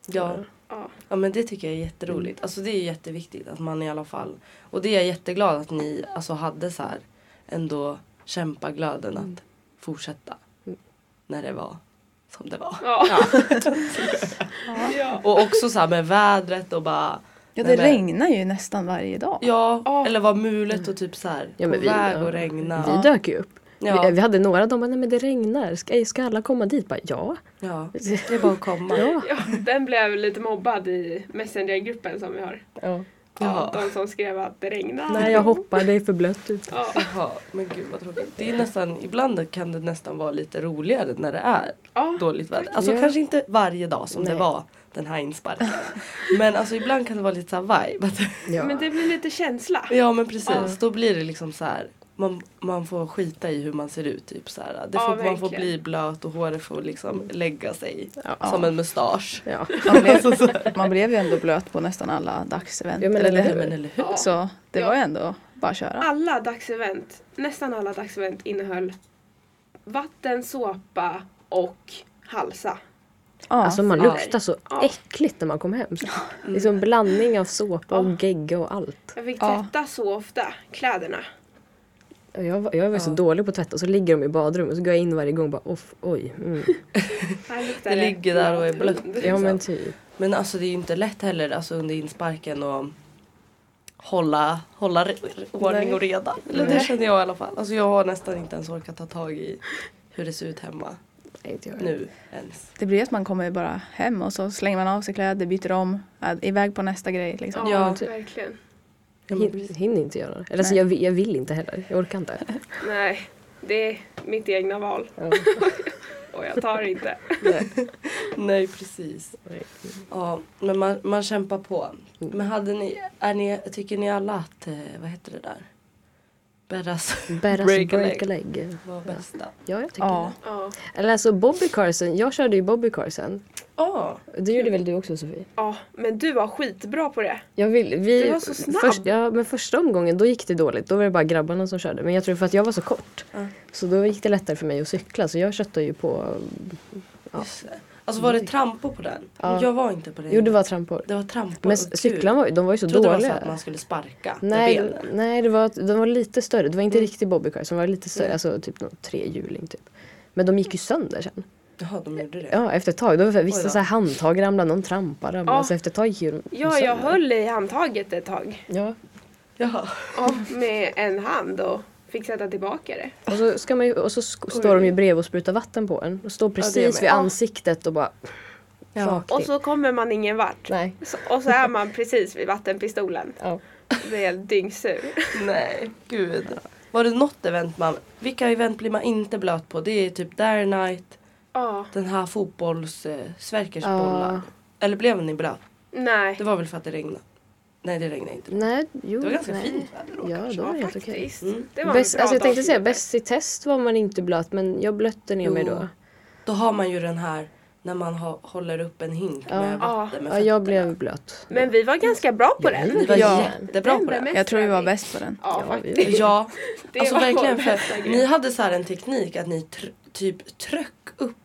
[SPEAKER 2] Ja.
[SPEAKER 4] Ja.
[SPEAKER 2] ja men det tycker jag är jätteroligt. Alltså det är jätteviktigt att man i alla fall. Och det är jag jätteglad att ni alltså hade så här ändå kämpaglöden att fortsätta. När det var som det var.
[SPEAKER 4] Ja.
[SPEAKER 2] Och också så här med vädret och bara.
[SPEAKER 13] Ja,
[SPEAKER 2] nej,
[SPEAKER 13] det
[SPEAKER 2] men-
[SPEAKER 13] regnar ju nästan varje dag.
[SPEAKER 2] Ja, eller var mulet och typ så här
[SPEAKER 3] Ja,
[SPEAKER 2] på
[SPEAKER 3] men vi-
[SPEAKER 2] väg
[SPEAKER 3] ja.
[SPEAKER 2] och regna.
[SPEAKER 3] Vi dök ju upp.
[SPEAKER 2] Ja.
[SPEAKER 3] Vi, vi hade några de bara, nej men det regnar. Ska, ska alla komma dit? Bara, ja.
[SPEAKER 2] Ja, det är bara att komma.
[SPEAKER 3] Ja.
[SPEAKER 4] [LAUGHS] Ja, den blev lite mobbad i Messengergruppen som vi har.
[SPEAKER 3] ja.
[SPEAKER 4] Ja, De som skrev att det regnade.
[SPEAKER 3] Nej jag hoppar, det är för blött ute.
[SPEAKER 4] Ja.
[SPEAKER 2] Jaha, men gud vad tråkigt. Det är nästan, ibland kan det nästan vara lite roligare när det är
[SPEAKER 4] Ja,
[SPEAKER 2] dåligt väder. Alltså
[SPEAKER 3] Ja.
[SPEAKER 2] kanske inte varje dag som det
[SPEAKER 3] Nej.
[SPEAKER 2] var den här insparken. men alltså ibland kan det vara lite så här vibe. [LAUGHS]
[SPEAKER 3] Ja.
[SPEAKER 4] Men det blir lite känsla.
[SPEAKER 2] ja men precis,
[SPEAKER 4] Ja.
[SPEAKER 2] då blir det liksom så här. Man, man får skita i hur man ser ut. Typ så här. Det
[SPEAKER 4] Ja,
[SPEAKER 2] får, man får
[SPEAKER 4] verkligen.
[SPEAKER 2] bli blöt och håret får liksom lägga sig
[SPEAKER 13] Ja.
[SPEAKER 2] som en mustasch.
[SPEAKER 3] Ja.
[SPEAKER 13] Man blev, man blev ju ändå blöt på nästan alla dagsevent.
[SPEAKER 3] Ja, men eller hur?
[SPEAKER 2] Men eller hur?
[SPEAKER 4] Ja.
[SPEAKER 13] Så det var ju ändå bara att köra.
[SPEAKER 4] Alla dagsevent, nästan alla dagsevent innehöll vatten, såpa och halsa.
[SPEAKER 13] Ja.
[SPEAKER 3] Alltså man
[SPEAKER 4] Ja.
[SPEAKER 3] luktar så äckligt när man kom hem. Liksom blandning av såpa och gegga och allt.
[SPEAKER 4] Jag fick
[SPEAKER 3] Ja.
[SPEAKER 4] tvätta så ofta kläderna.
[SPEAKER 3] Och Jag, var- jag var ju så dålig på att tvätta och så ligger de i badrummet och så går jag in varje gång och bara off, oj. Mm.
[SPEAKER 4] Här luktar
[SPEAKER 2] Det ligger där och är blött. [LAUGHS]
[SPEAKER 3] Ja
[SPEAKER 2] liksom.
[SPEAKER 3] men typ.
[SPEAKER 2] Men alltså det är ju inte lätt heller alltså, under insparken att hålla, hålla re- re- ordning
[SPEAKER 3] Nej.
[SPEAKER 2] och reda. Eller det
[SPEAKER 3] Nej.
[SPEAKER 2] känner jag i alla fall. Alltså jag har nästan inte ens orkat ta tag i hur det ser ut hemma
[SPEAKER 3] Nej, inte jag.
[SPEAKER 2] nu ens.
[SPEAKER 13] Det blir ju att man kommer bara hem och så slänger man av sig kläder, byter om, är iväg på nästa grej. Liksom.
[SPEAKER 4] Ja,
[SPEAKER 3] Ja.
[SPEAKER 4] verkligen.
[SPEAKER 3] Jag hin- hinner inte göra det. Eller så
[SPEAKER 13] Nej.
[SPEAKER 3] jag, vi- jag vill inte heller. Jag orkar inte.
[SPEAKER 4] Nej, det är mitt egna val. [LAUGHS] och jag tar inte.
[SPEAKER 2] Nej precis. Ja, men man, man kämpar på. Men hade ni, är ni, tycker ni alla att, eh, vad heter det där? Berras
[SPEAKER 3] Berras break a leg.
[SPEAKER 2] [LAUGHS] var bästa.
[SPEAKER 3] Ja, jag tycker
[SPEAKER 13] Ja.
[SPEAKER 4] Ja.
[SPEAKER 3] det. Eller alltså Bobby Carson. Jag körde ju Bobby Carson.
[SPEAKER 4] Ja.
[SPEAKER 3] Det gjorde väl du också Sofie?
[SPEAKER 4] Ja, men du var skitbra på det.
[SPEAKER 3] Jag vill, vi,
[SPEAKER 4] Du var så snabb.
[SPEAKER 3] Först, ja, men första omgången då gick det dåligt. Då var det bara grabbarna som körde. Men jag tror för att jag var så kort.
[SPEAKER 2] Ja.
[SPEAKER 3] Så då gick det lättare för mig att cykla. Så jag köttade ju på... Ja.
[SPEAKER 2] Just det. Alltså var det trampor på den?
[SPEAKER 3] Ja.
[SPEAKER 2] Jag var inte på det.
[SPEAKER 3] Jo, det var trampor.
[SPEAKER 2] Det var trampor.
[SPEAKER 3] Men
[SPEAKER 2] och tur.
[SPEAKER 3] cyklarna var, ju- de var ju så
[SPEAKER 2] Jag trodde det var så
[SPEAKER 3] dåliga.
[SPEAKER 2] att man skulle sparka med
[SPEAKER 3] nej,
[SPEAKER 2] benen.
[SPEAKER 3] nej det var, de var lite större.
[SPEAKER 4] Mm.
[SPEAKER 3] Det var inte riktigt bobbycar. De var lite större. Alltså typ någon trehjuling typ. Men de gick ju sönder sen.
[SPEAKER 2] Jaha, de gjorde det.
[SPEAKER 3] Ja, efter ett tag. Då var det-
[SPEAKER 2] Oj
[SPEAKER 3] vissa
[SPEAKER 2] då.
[SPEAKER 3] så här handtag ramlade, någon trampade. ramlade.
[SPEAKER 4] Ja.
[SPEAKER 3] Så efter ett tag gick de
[SPEAKER 4] Ja, jag
[SPEAKER 3] sönder.
[SPEAKER 4] höll i handtaget ett tag.
[SPEAKER 3] Ja.
[SPEAKER 4] Och med en hand och fick sätta tillbaka det.
[SPEAKER 3] Och så, ska man ju, och så sk- står de ju bredvid och sprutar vatten på en. Och står
[SPEAKER 4] med.
[SPEAKER 3] precis vid
[SPEAKER 4] Ja.
[SPEAKER 3] ansiktet och bara... Rakt
[SPEAKER 4] Ah. Och
[SPEAKER 3] in.
[SPEAKER 4] så kommer man ingen vart.
[SPEAKER 3] Nej.
[SPEAKER 4] Så, och så är man precis vid vattenpistolen.
[SPEAKER 3] Ja.
[SPEAKER 4] Det är dyngsur.
[SPEAKER 2] Nej, gud. Var det något event man... Vilka event blir man inte blöt på? Det är typ Dare Night.
[SPEAKER 4] [LAUGHS] Ja.
[SPEAKER 2] Den här fotbolls... Eh, Sverkers
[SPEAKER 3] Ja.
[SPEAKER 2] bollar. Eller blev ni blöt?
[SPEAKER 4] Nej.
[SPEAKER 2] Det var väl för att det regnade? Nej, det regnade inte.
[SPEAKER 3] Nej, jo,
[SPEAKER 2] det var ganska
[SPEAKER 3] nej.
[SPEAKER 2] fint väder då
[SPEAKER 3] Ja,
[SPEAKER 2] kanske.
[SPEAKER 3] då var det helt okej.
[SPEAKER 4] faktiskt.
[SPEAKER 2] Mm.
[SPEAKER 4] Det var
[SPEAKER 3] Bäst-
[SPEAKER 4] en bra
[SPEAKER 3] Alltså jag
[SPEAKER 4] dag.
[SPEAKER 3] tänkte säga bäst i test var man inte blöt men jag blötte ner mig
[SPEAKER 2] Jo.
[SPEAKER 3] då.
[SPEAKER 2] Då har man ju den här när man ha, håller upp en hink
[SPEAKER 3] Ja.
[SPEAKER 2] med vatten.
[SPEAKER 3] Ja, jag blev blöt.
[SPEAKER 4] Men vi var ganska bra på den.
[SPEAKER 2] Ni var jättebra på det.
[SPEAKER 13] Jag tror vi var bäst på den.
[SPEAKER 4] Ja, faktiskt.
[SPEAKER 2] Ja,
[SPEAKER 4] Det
[SPEAKER 2] alltså
[SPEAKER 4] var
[SPEAKER 2] verkligen.
[SPEAKER 4] vår bästa
[SPEAKER 2] För
[SPEAKER 4] grej.
[SPEAKER 2] ni hade så här en teknik att ni tr- typ tröck upp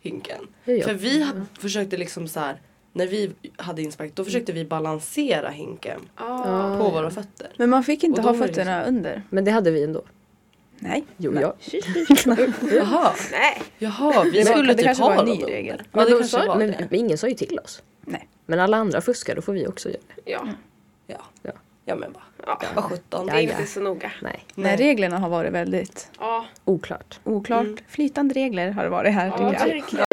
[SPEAKER 2] hinken.
[SPEAKER 3] Ja, ja.
[SPEAKER 2] För vi ha- försökte liksom så här när vi hade inspark då försökte vi balansera hinken
[SPEAKER 13] Ah.
[SPEAKER 2] på våra fötter.
[SPEAKER 13] Men man fick inte
[SPEAKER 2] Och då
[SPEAKER 13] ha
[SPEAKER 2] var det
[SPEAKER 13] fötterna under.
[SPEAKER 3] Men det hade vi ändå.
[SPEAKER 13] Nej.
[SPEAKER 3] Jo, jag. [LAUGHS]
[SPEAKER 2] Jaha.
[SPEAKER 4] Nej.
[SPEAKER 2] Jaha, vi
[SPEAKER 3] Men-
[SPEAKER 2] skulle
[SPEAKER 3] det
[SPEAKER 2] typ
[SPEAKER 3] kanske
[SPEAKER 2] ha
[SPEAKER 3] var en
[SPEAKER 2] dem
[SPEAKER 3] ny
[SPEAKER 2] under.
[SPEAKER 13] regel.
[SPEAKER 2] Ja,
[SPEAKER 3] Men,
[SPEAKER 2] det
[SPEAKER 3] de
[SPEAKER 2] kanske
[SPEAKER 3] sa,
[SPEAKER 2] var
[SPEAKER 3] men,
[SPEAKER 2] det.
[SPEAKER 3] men ingen sa ju till oss.
[SPEAKER 13] Nej.
[SPEAKER 3] Men alla andra fuskar, då får vi också göra det.
[SPEAKER 4] Ja.
[SPEAKER 2] Ja.
[SPEAKER 3] Ja.
[SPEAKER 2] Ja men bara.
[SPEAKER 4] Ja.
[SPEAKER 2] Vad sjutton.
[SPEAKER 4] Det är inte så noga.
[SPEAKER 3] Nej.
[SPEAKER 13] Nej, reglerna har varit väldigt
[SPEAKER 4] Ja.
[SPEAKER 3] Oklart.
[SPEAKER 13] oklart. Flytande regler har det varit här. tycker jag.
[SPEAKER 4] verkligen.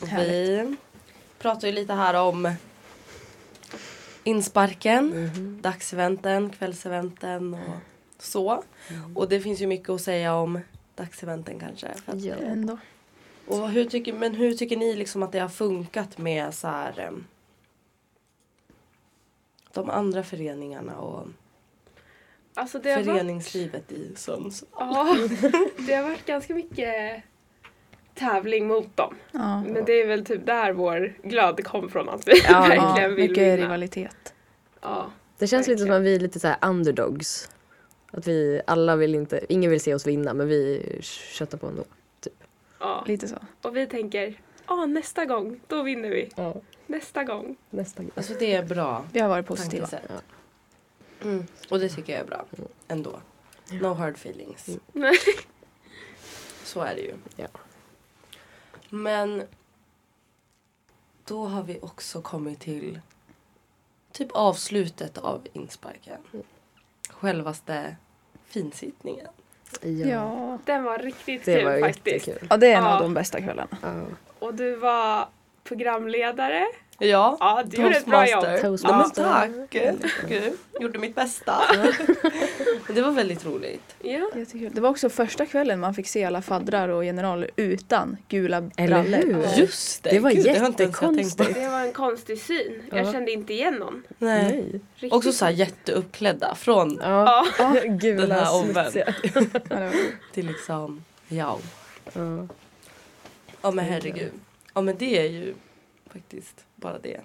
[SPEAKER 2] Och vi pratar ju lite här om insparken,
[SPEAKER 4] Mhm.
[SPEAKER 2] dagseventen, kvällseventen och så.
[SPEAKER 4] Mm.
[SPEAKER 2] Och det finns ju mycket att säga om dagseventen kanske. För att-
[SPEAKER 13] Ändå.
[SPEAKER 2] Och hur tycker, men hur tycker ni liksom att det har funkat med så här, em, de andra föreningarna och
[SPEAKER 4] Alltså det har varit,
[SPEAKER 2] föreningslivet i Sundsvall?
[SPEAKER 4] ja, [LAUGHS] det har varit ganska mycket tävling mot dem.
[SPEAKER 13] Ja.
[SPEAKER 4] Men det är väl typ där vår glöd kom från att [LAUGHS] vi
[SPEAKER 13] Ja,
[SPEAKER 4] verkligen vill
[SPEAKER 13] mycket
[SPEAKER 4] vinna.
[SPEAKER 13] rivalitet.
[SPEAKER 4] Ja.
[SPEAKER 3] Det känns lite som att vi är lite så här underdogs. Att vi alla vill inte, ingen vill se oss vinna men vi köttar på ändå. Typ.
[SPEAKER 4] ja.
[SPEAKER 13] Lite så.
[SPEAKER 4] Och vi tänker, ja nästa gång, då vinner vi.
[SPEAKER 3] Ja.
[SPEAKER 4] Nästa gång.
[SPEAKER 3] Nästa gång.
[SPEAKER 2] Alltså det är bra.
[SPEAKER 13] Vi har varit positiva.
[SPEAKER 2] Tankesätt. Mm. Och det tycker jag är bra ändå. No hard feelings.
[SPEAKER 4] Nej.
[SPEAKER 2] Så är det ju.
[SPEAKER 3] Ja.
[SPEAKER 2] Men då har vi också kommit till typ avslutet av insparken. Självaste finsittningen.
[SPEAKER 13] Ja.
[SPEAKER 4] Den var riktigt
[SPEAKER 3] Det
[SPEAKER 4] kul
[SPEAKER 3] var
[SPEAKER 4] faktiskt.
[SPEAKER 3] jättekul.
[SPEAKER 13] Ja, det är en av
[SPEAKER 4] Ja.
[SPEAKER 13] de bästa kvällarna.
[SPEAKER 4] Och du var programledare.
[SPEAKER 2] Ja,
[SPEAKER 4] Ja, du gjorde ett bra jobb.
[SPEAKER 2] Toastmaster. Mm. Nej, men tack! Gud, gjorde mitt bästa. [LAUGHS] det var väldigt roligt.
[SPEAKER 4] Ja.
[SPEAKER 13] Jättekul. Det var också första kvällen man fick se alla faddrar och generaler utan gula
[SPEAKER 3] Eller
[SPEAKER 13] brallor.
[SPEAKER 3] hur?
[SPEAKER 13] Ja.
[SPEAKER 2] Just det!
[SPEAKER 3] Det var
[SPEAKER 2] Gud, det har inte ens jag tänkt på.
[SPEAKER 3] jättekonstigt.
[SPEAKER 4] Det var en konstig syn. Jag
[SPEAKER 3] Ja.
[SPEAKER 4] kände inte igen någon.
[SPEAKER 2] Nej.
[SPEAKER 4] Riktigt.
[SPEAKER 2] Också så här jätteuppklädda från
[SPEAKER 3] Ja. [LAUGHS]
[SPEAKER 4] Ja.
[SPEAKER 13] Ja.
[SPEAKER 2] den
[SPEAKER 3] Gula
[SPEAKER 2] här omvänd
[SPEAKER 3] smutsiga.
[SPEAKER 13] Ja, det var-
[SPEAKER 2] till liksom ja.
[SPEAKER 3] Ja.
[SPEAKER 2] Ja men herregud. Ja men det är ju faktiskt bara det.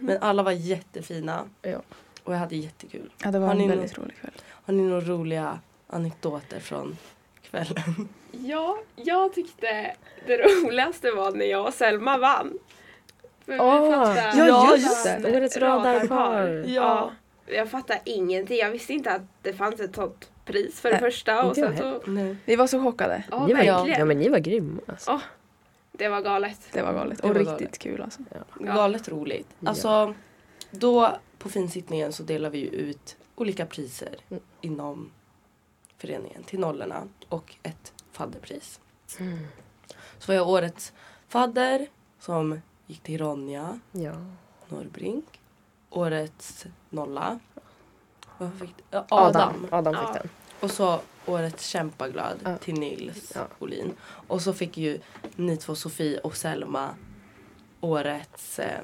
[SPEAKER 2] Men alla var jättefina
[SPEAKER 3] Ja.
[SPEAKER 2] och jag hade jättekul.
[SPEAKER 13] Ja, det var
[SPEAKER 2] Har
[SPEAKER 13] en
[SPEAKER 2] ni
[SPEAKER 13] väldigt rolig kväll.
[SPEAKER 2] Har ni några roliga anekdoter från kvällen?
[SPEAKER 4] Ja, jag tyckte det [LAUGHS] roligaste var när jag och Selma vann. För vi fattade-
[SPEAKER 3] Ah, ja, just det. Årets radarpar.
[SPEAKER 4] Ja. Jag fattade ingenting. Jag visste inte att det fanns ett sånt pris för det
[SPEAKER 13] Nej,
[SPEAKER 4] första. Och
[SPEAKER 3] inte
[SPEAKER 4] sen
[SPEAKER 3] jag
[SPEAKER 4] så,
[SPEAKER 2] Nej.
[SPEAKER 13] Vi var så chockade.
[SPEAKER 4] ja,
[SPEAKER 3] Ni var,
[SPEAKER 4] verkligen.
[SPEAKER 3] ja men ni var grymma. Alltså.
[SPEAKER 4] Ja, det var galet.
[SPEAKER 13] Det var galet.
[SPEAKER 2] Det
[SPEAKER 13] Och
[SPEAKER 2] var
[SPEAKER 13] riktigt
[SPEAKER 2] galet.
[SPEAKER 13] kul alltså.
[SPEAKER 2] Galet roligt. Alltså då på finsittningen så delar vi ju ut olika priser inom föreningen till nollorna och ett fadderpris. Så var jag årets fadder som gick till Ronja
[SPEAKER 3] Ja.
[SPEAKER 2] Norbrink. Årets nolla. Vad fick, ja,
[SPEAKER 3] Adam.
[SPEAKER 2] Adam.
[SPEAKER 3] Adam
[SPEAKER 4] Ja.
[SPEAKER 3] fick den.
[SPEAKER 2] Och så årets kämpaglöd till Nils
[SPEAKER 3] Ja.
[SPEAKER 2] Olin. Och så fick ju ni två, Sofie och Selma, årets eh,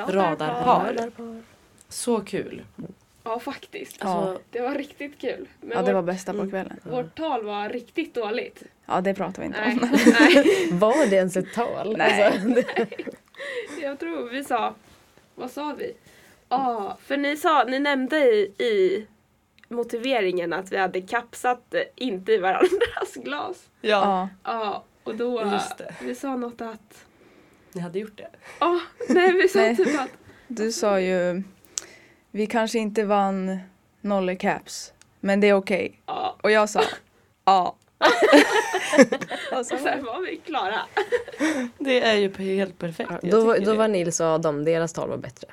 [SPEAKER 2] radarpar.
[SPEAKER 3] Radarpar.
[SPEAKER 2] Så kul.
[SPEAKER 4] Ja, faktiskt.
[SPEAKER 2] Alltså,
[SPEAKER 4] Det var riktigt kul. Men
[SPEAKER 13] Ja, det var
[SPEAKER 4] vårt,
[SPEAKER 13] bästa på kvällen.
[SPEAKER 4] vårt tal var riktigt dåligt.
[SPEAKER 13] Ja, det pratar vi inte
[SPEAKER 4] Nej,
[SPEAKER 13] om.
[SPEAKER 4] nej.
[SPEAKER 3] Var det ens ett tal?
[SPEAKER 13] Nej.
[SPEAKER 3] Alltså,
[SPEAKER 4] Jag tror vi sa... Vad sa vi? Ja, för ni sa... Ni nämnde i, i motiveringen att vi hade kapsat eh, inte i varandras glas.
[SPEAKER 2] ja,
[SPEAKER 13] [LAUGHS] Ja.
[SPEAKER 4] Ja, och då... eh,
[SPEAKER 2] Just det.
[SPEAKER 4] Vi sa något att...
[SPEAKER 2] ni hade gjort det.
[SPEAKER 4] Ja, nej vi sa
[SPEAKER 13] Nej.
[SPEAKER 4] typ att...
[SPEAKER 13] Du sa ju, vi kanske inte vann noll i caps. Men det är okej. Och jag sa ja.
[SPEAKER 4] Och sen var vi klara.
[SPEAKER 2] Det är ju helt perfekt. Jag
[SPEAKER 3] Då,
[SPEAKER 2] tycker
[SPEAKER 3] då
[SPEAKER 2] det.
[SPEAKER 3] var Nils och Adam, deras tal var bättre.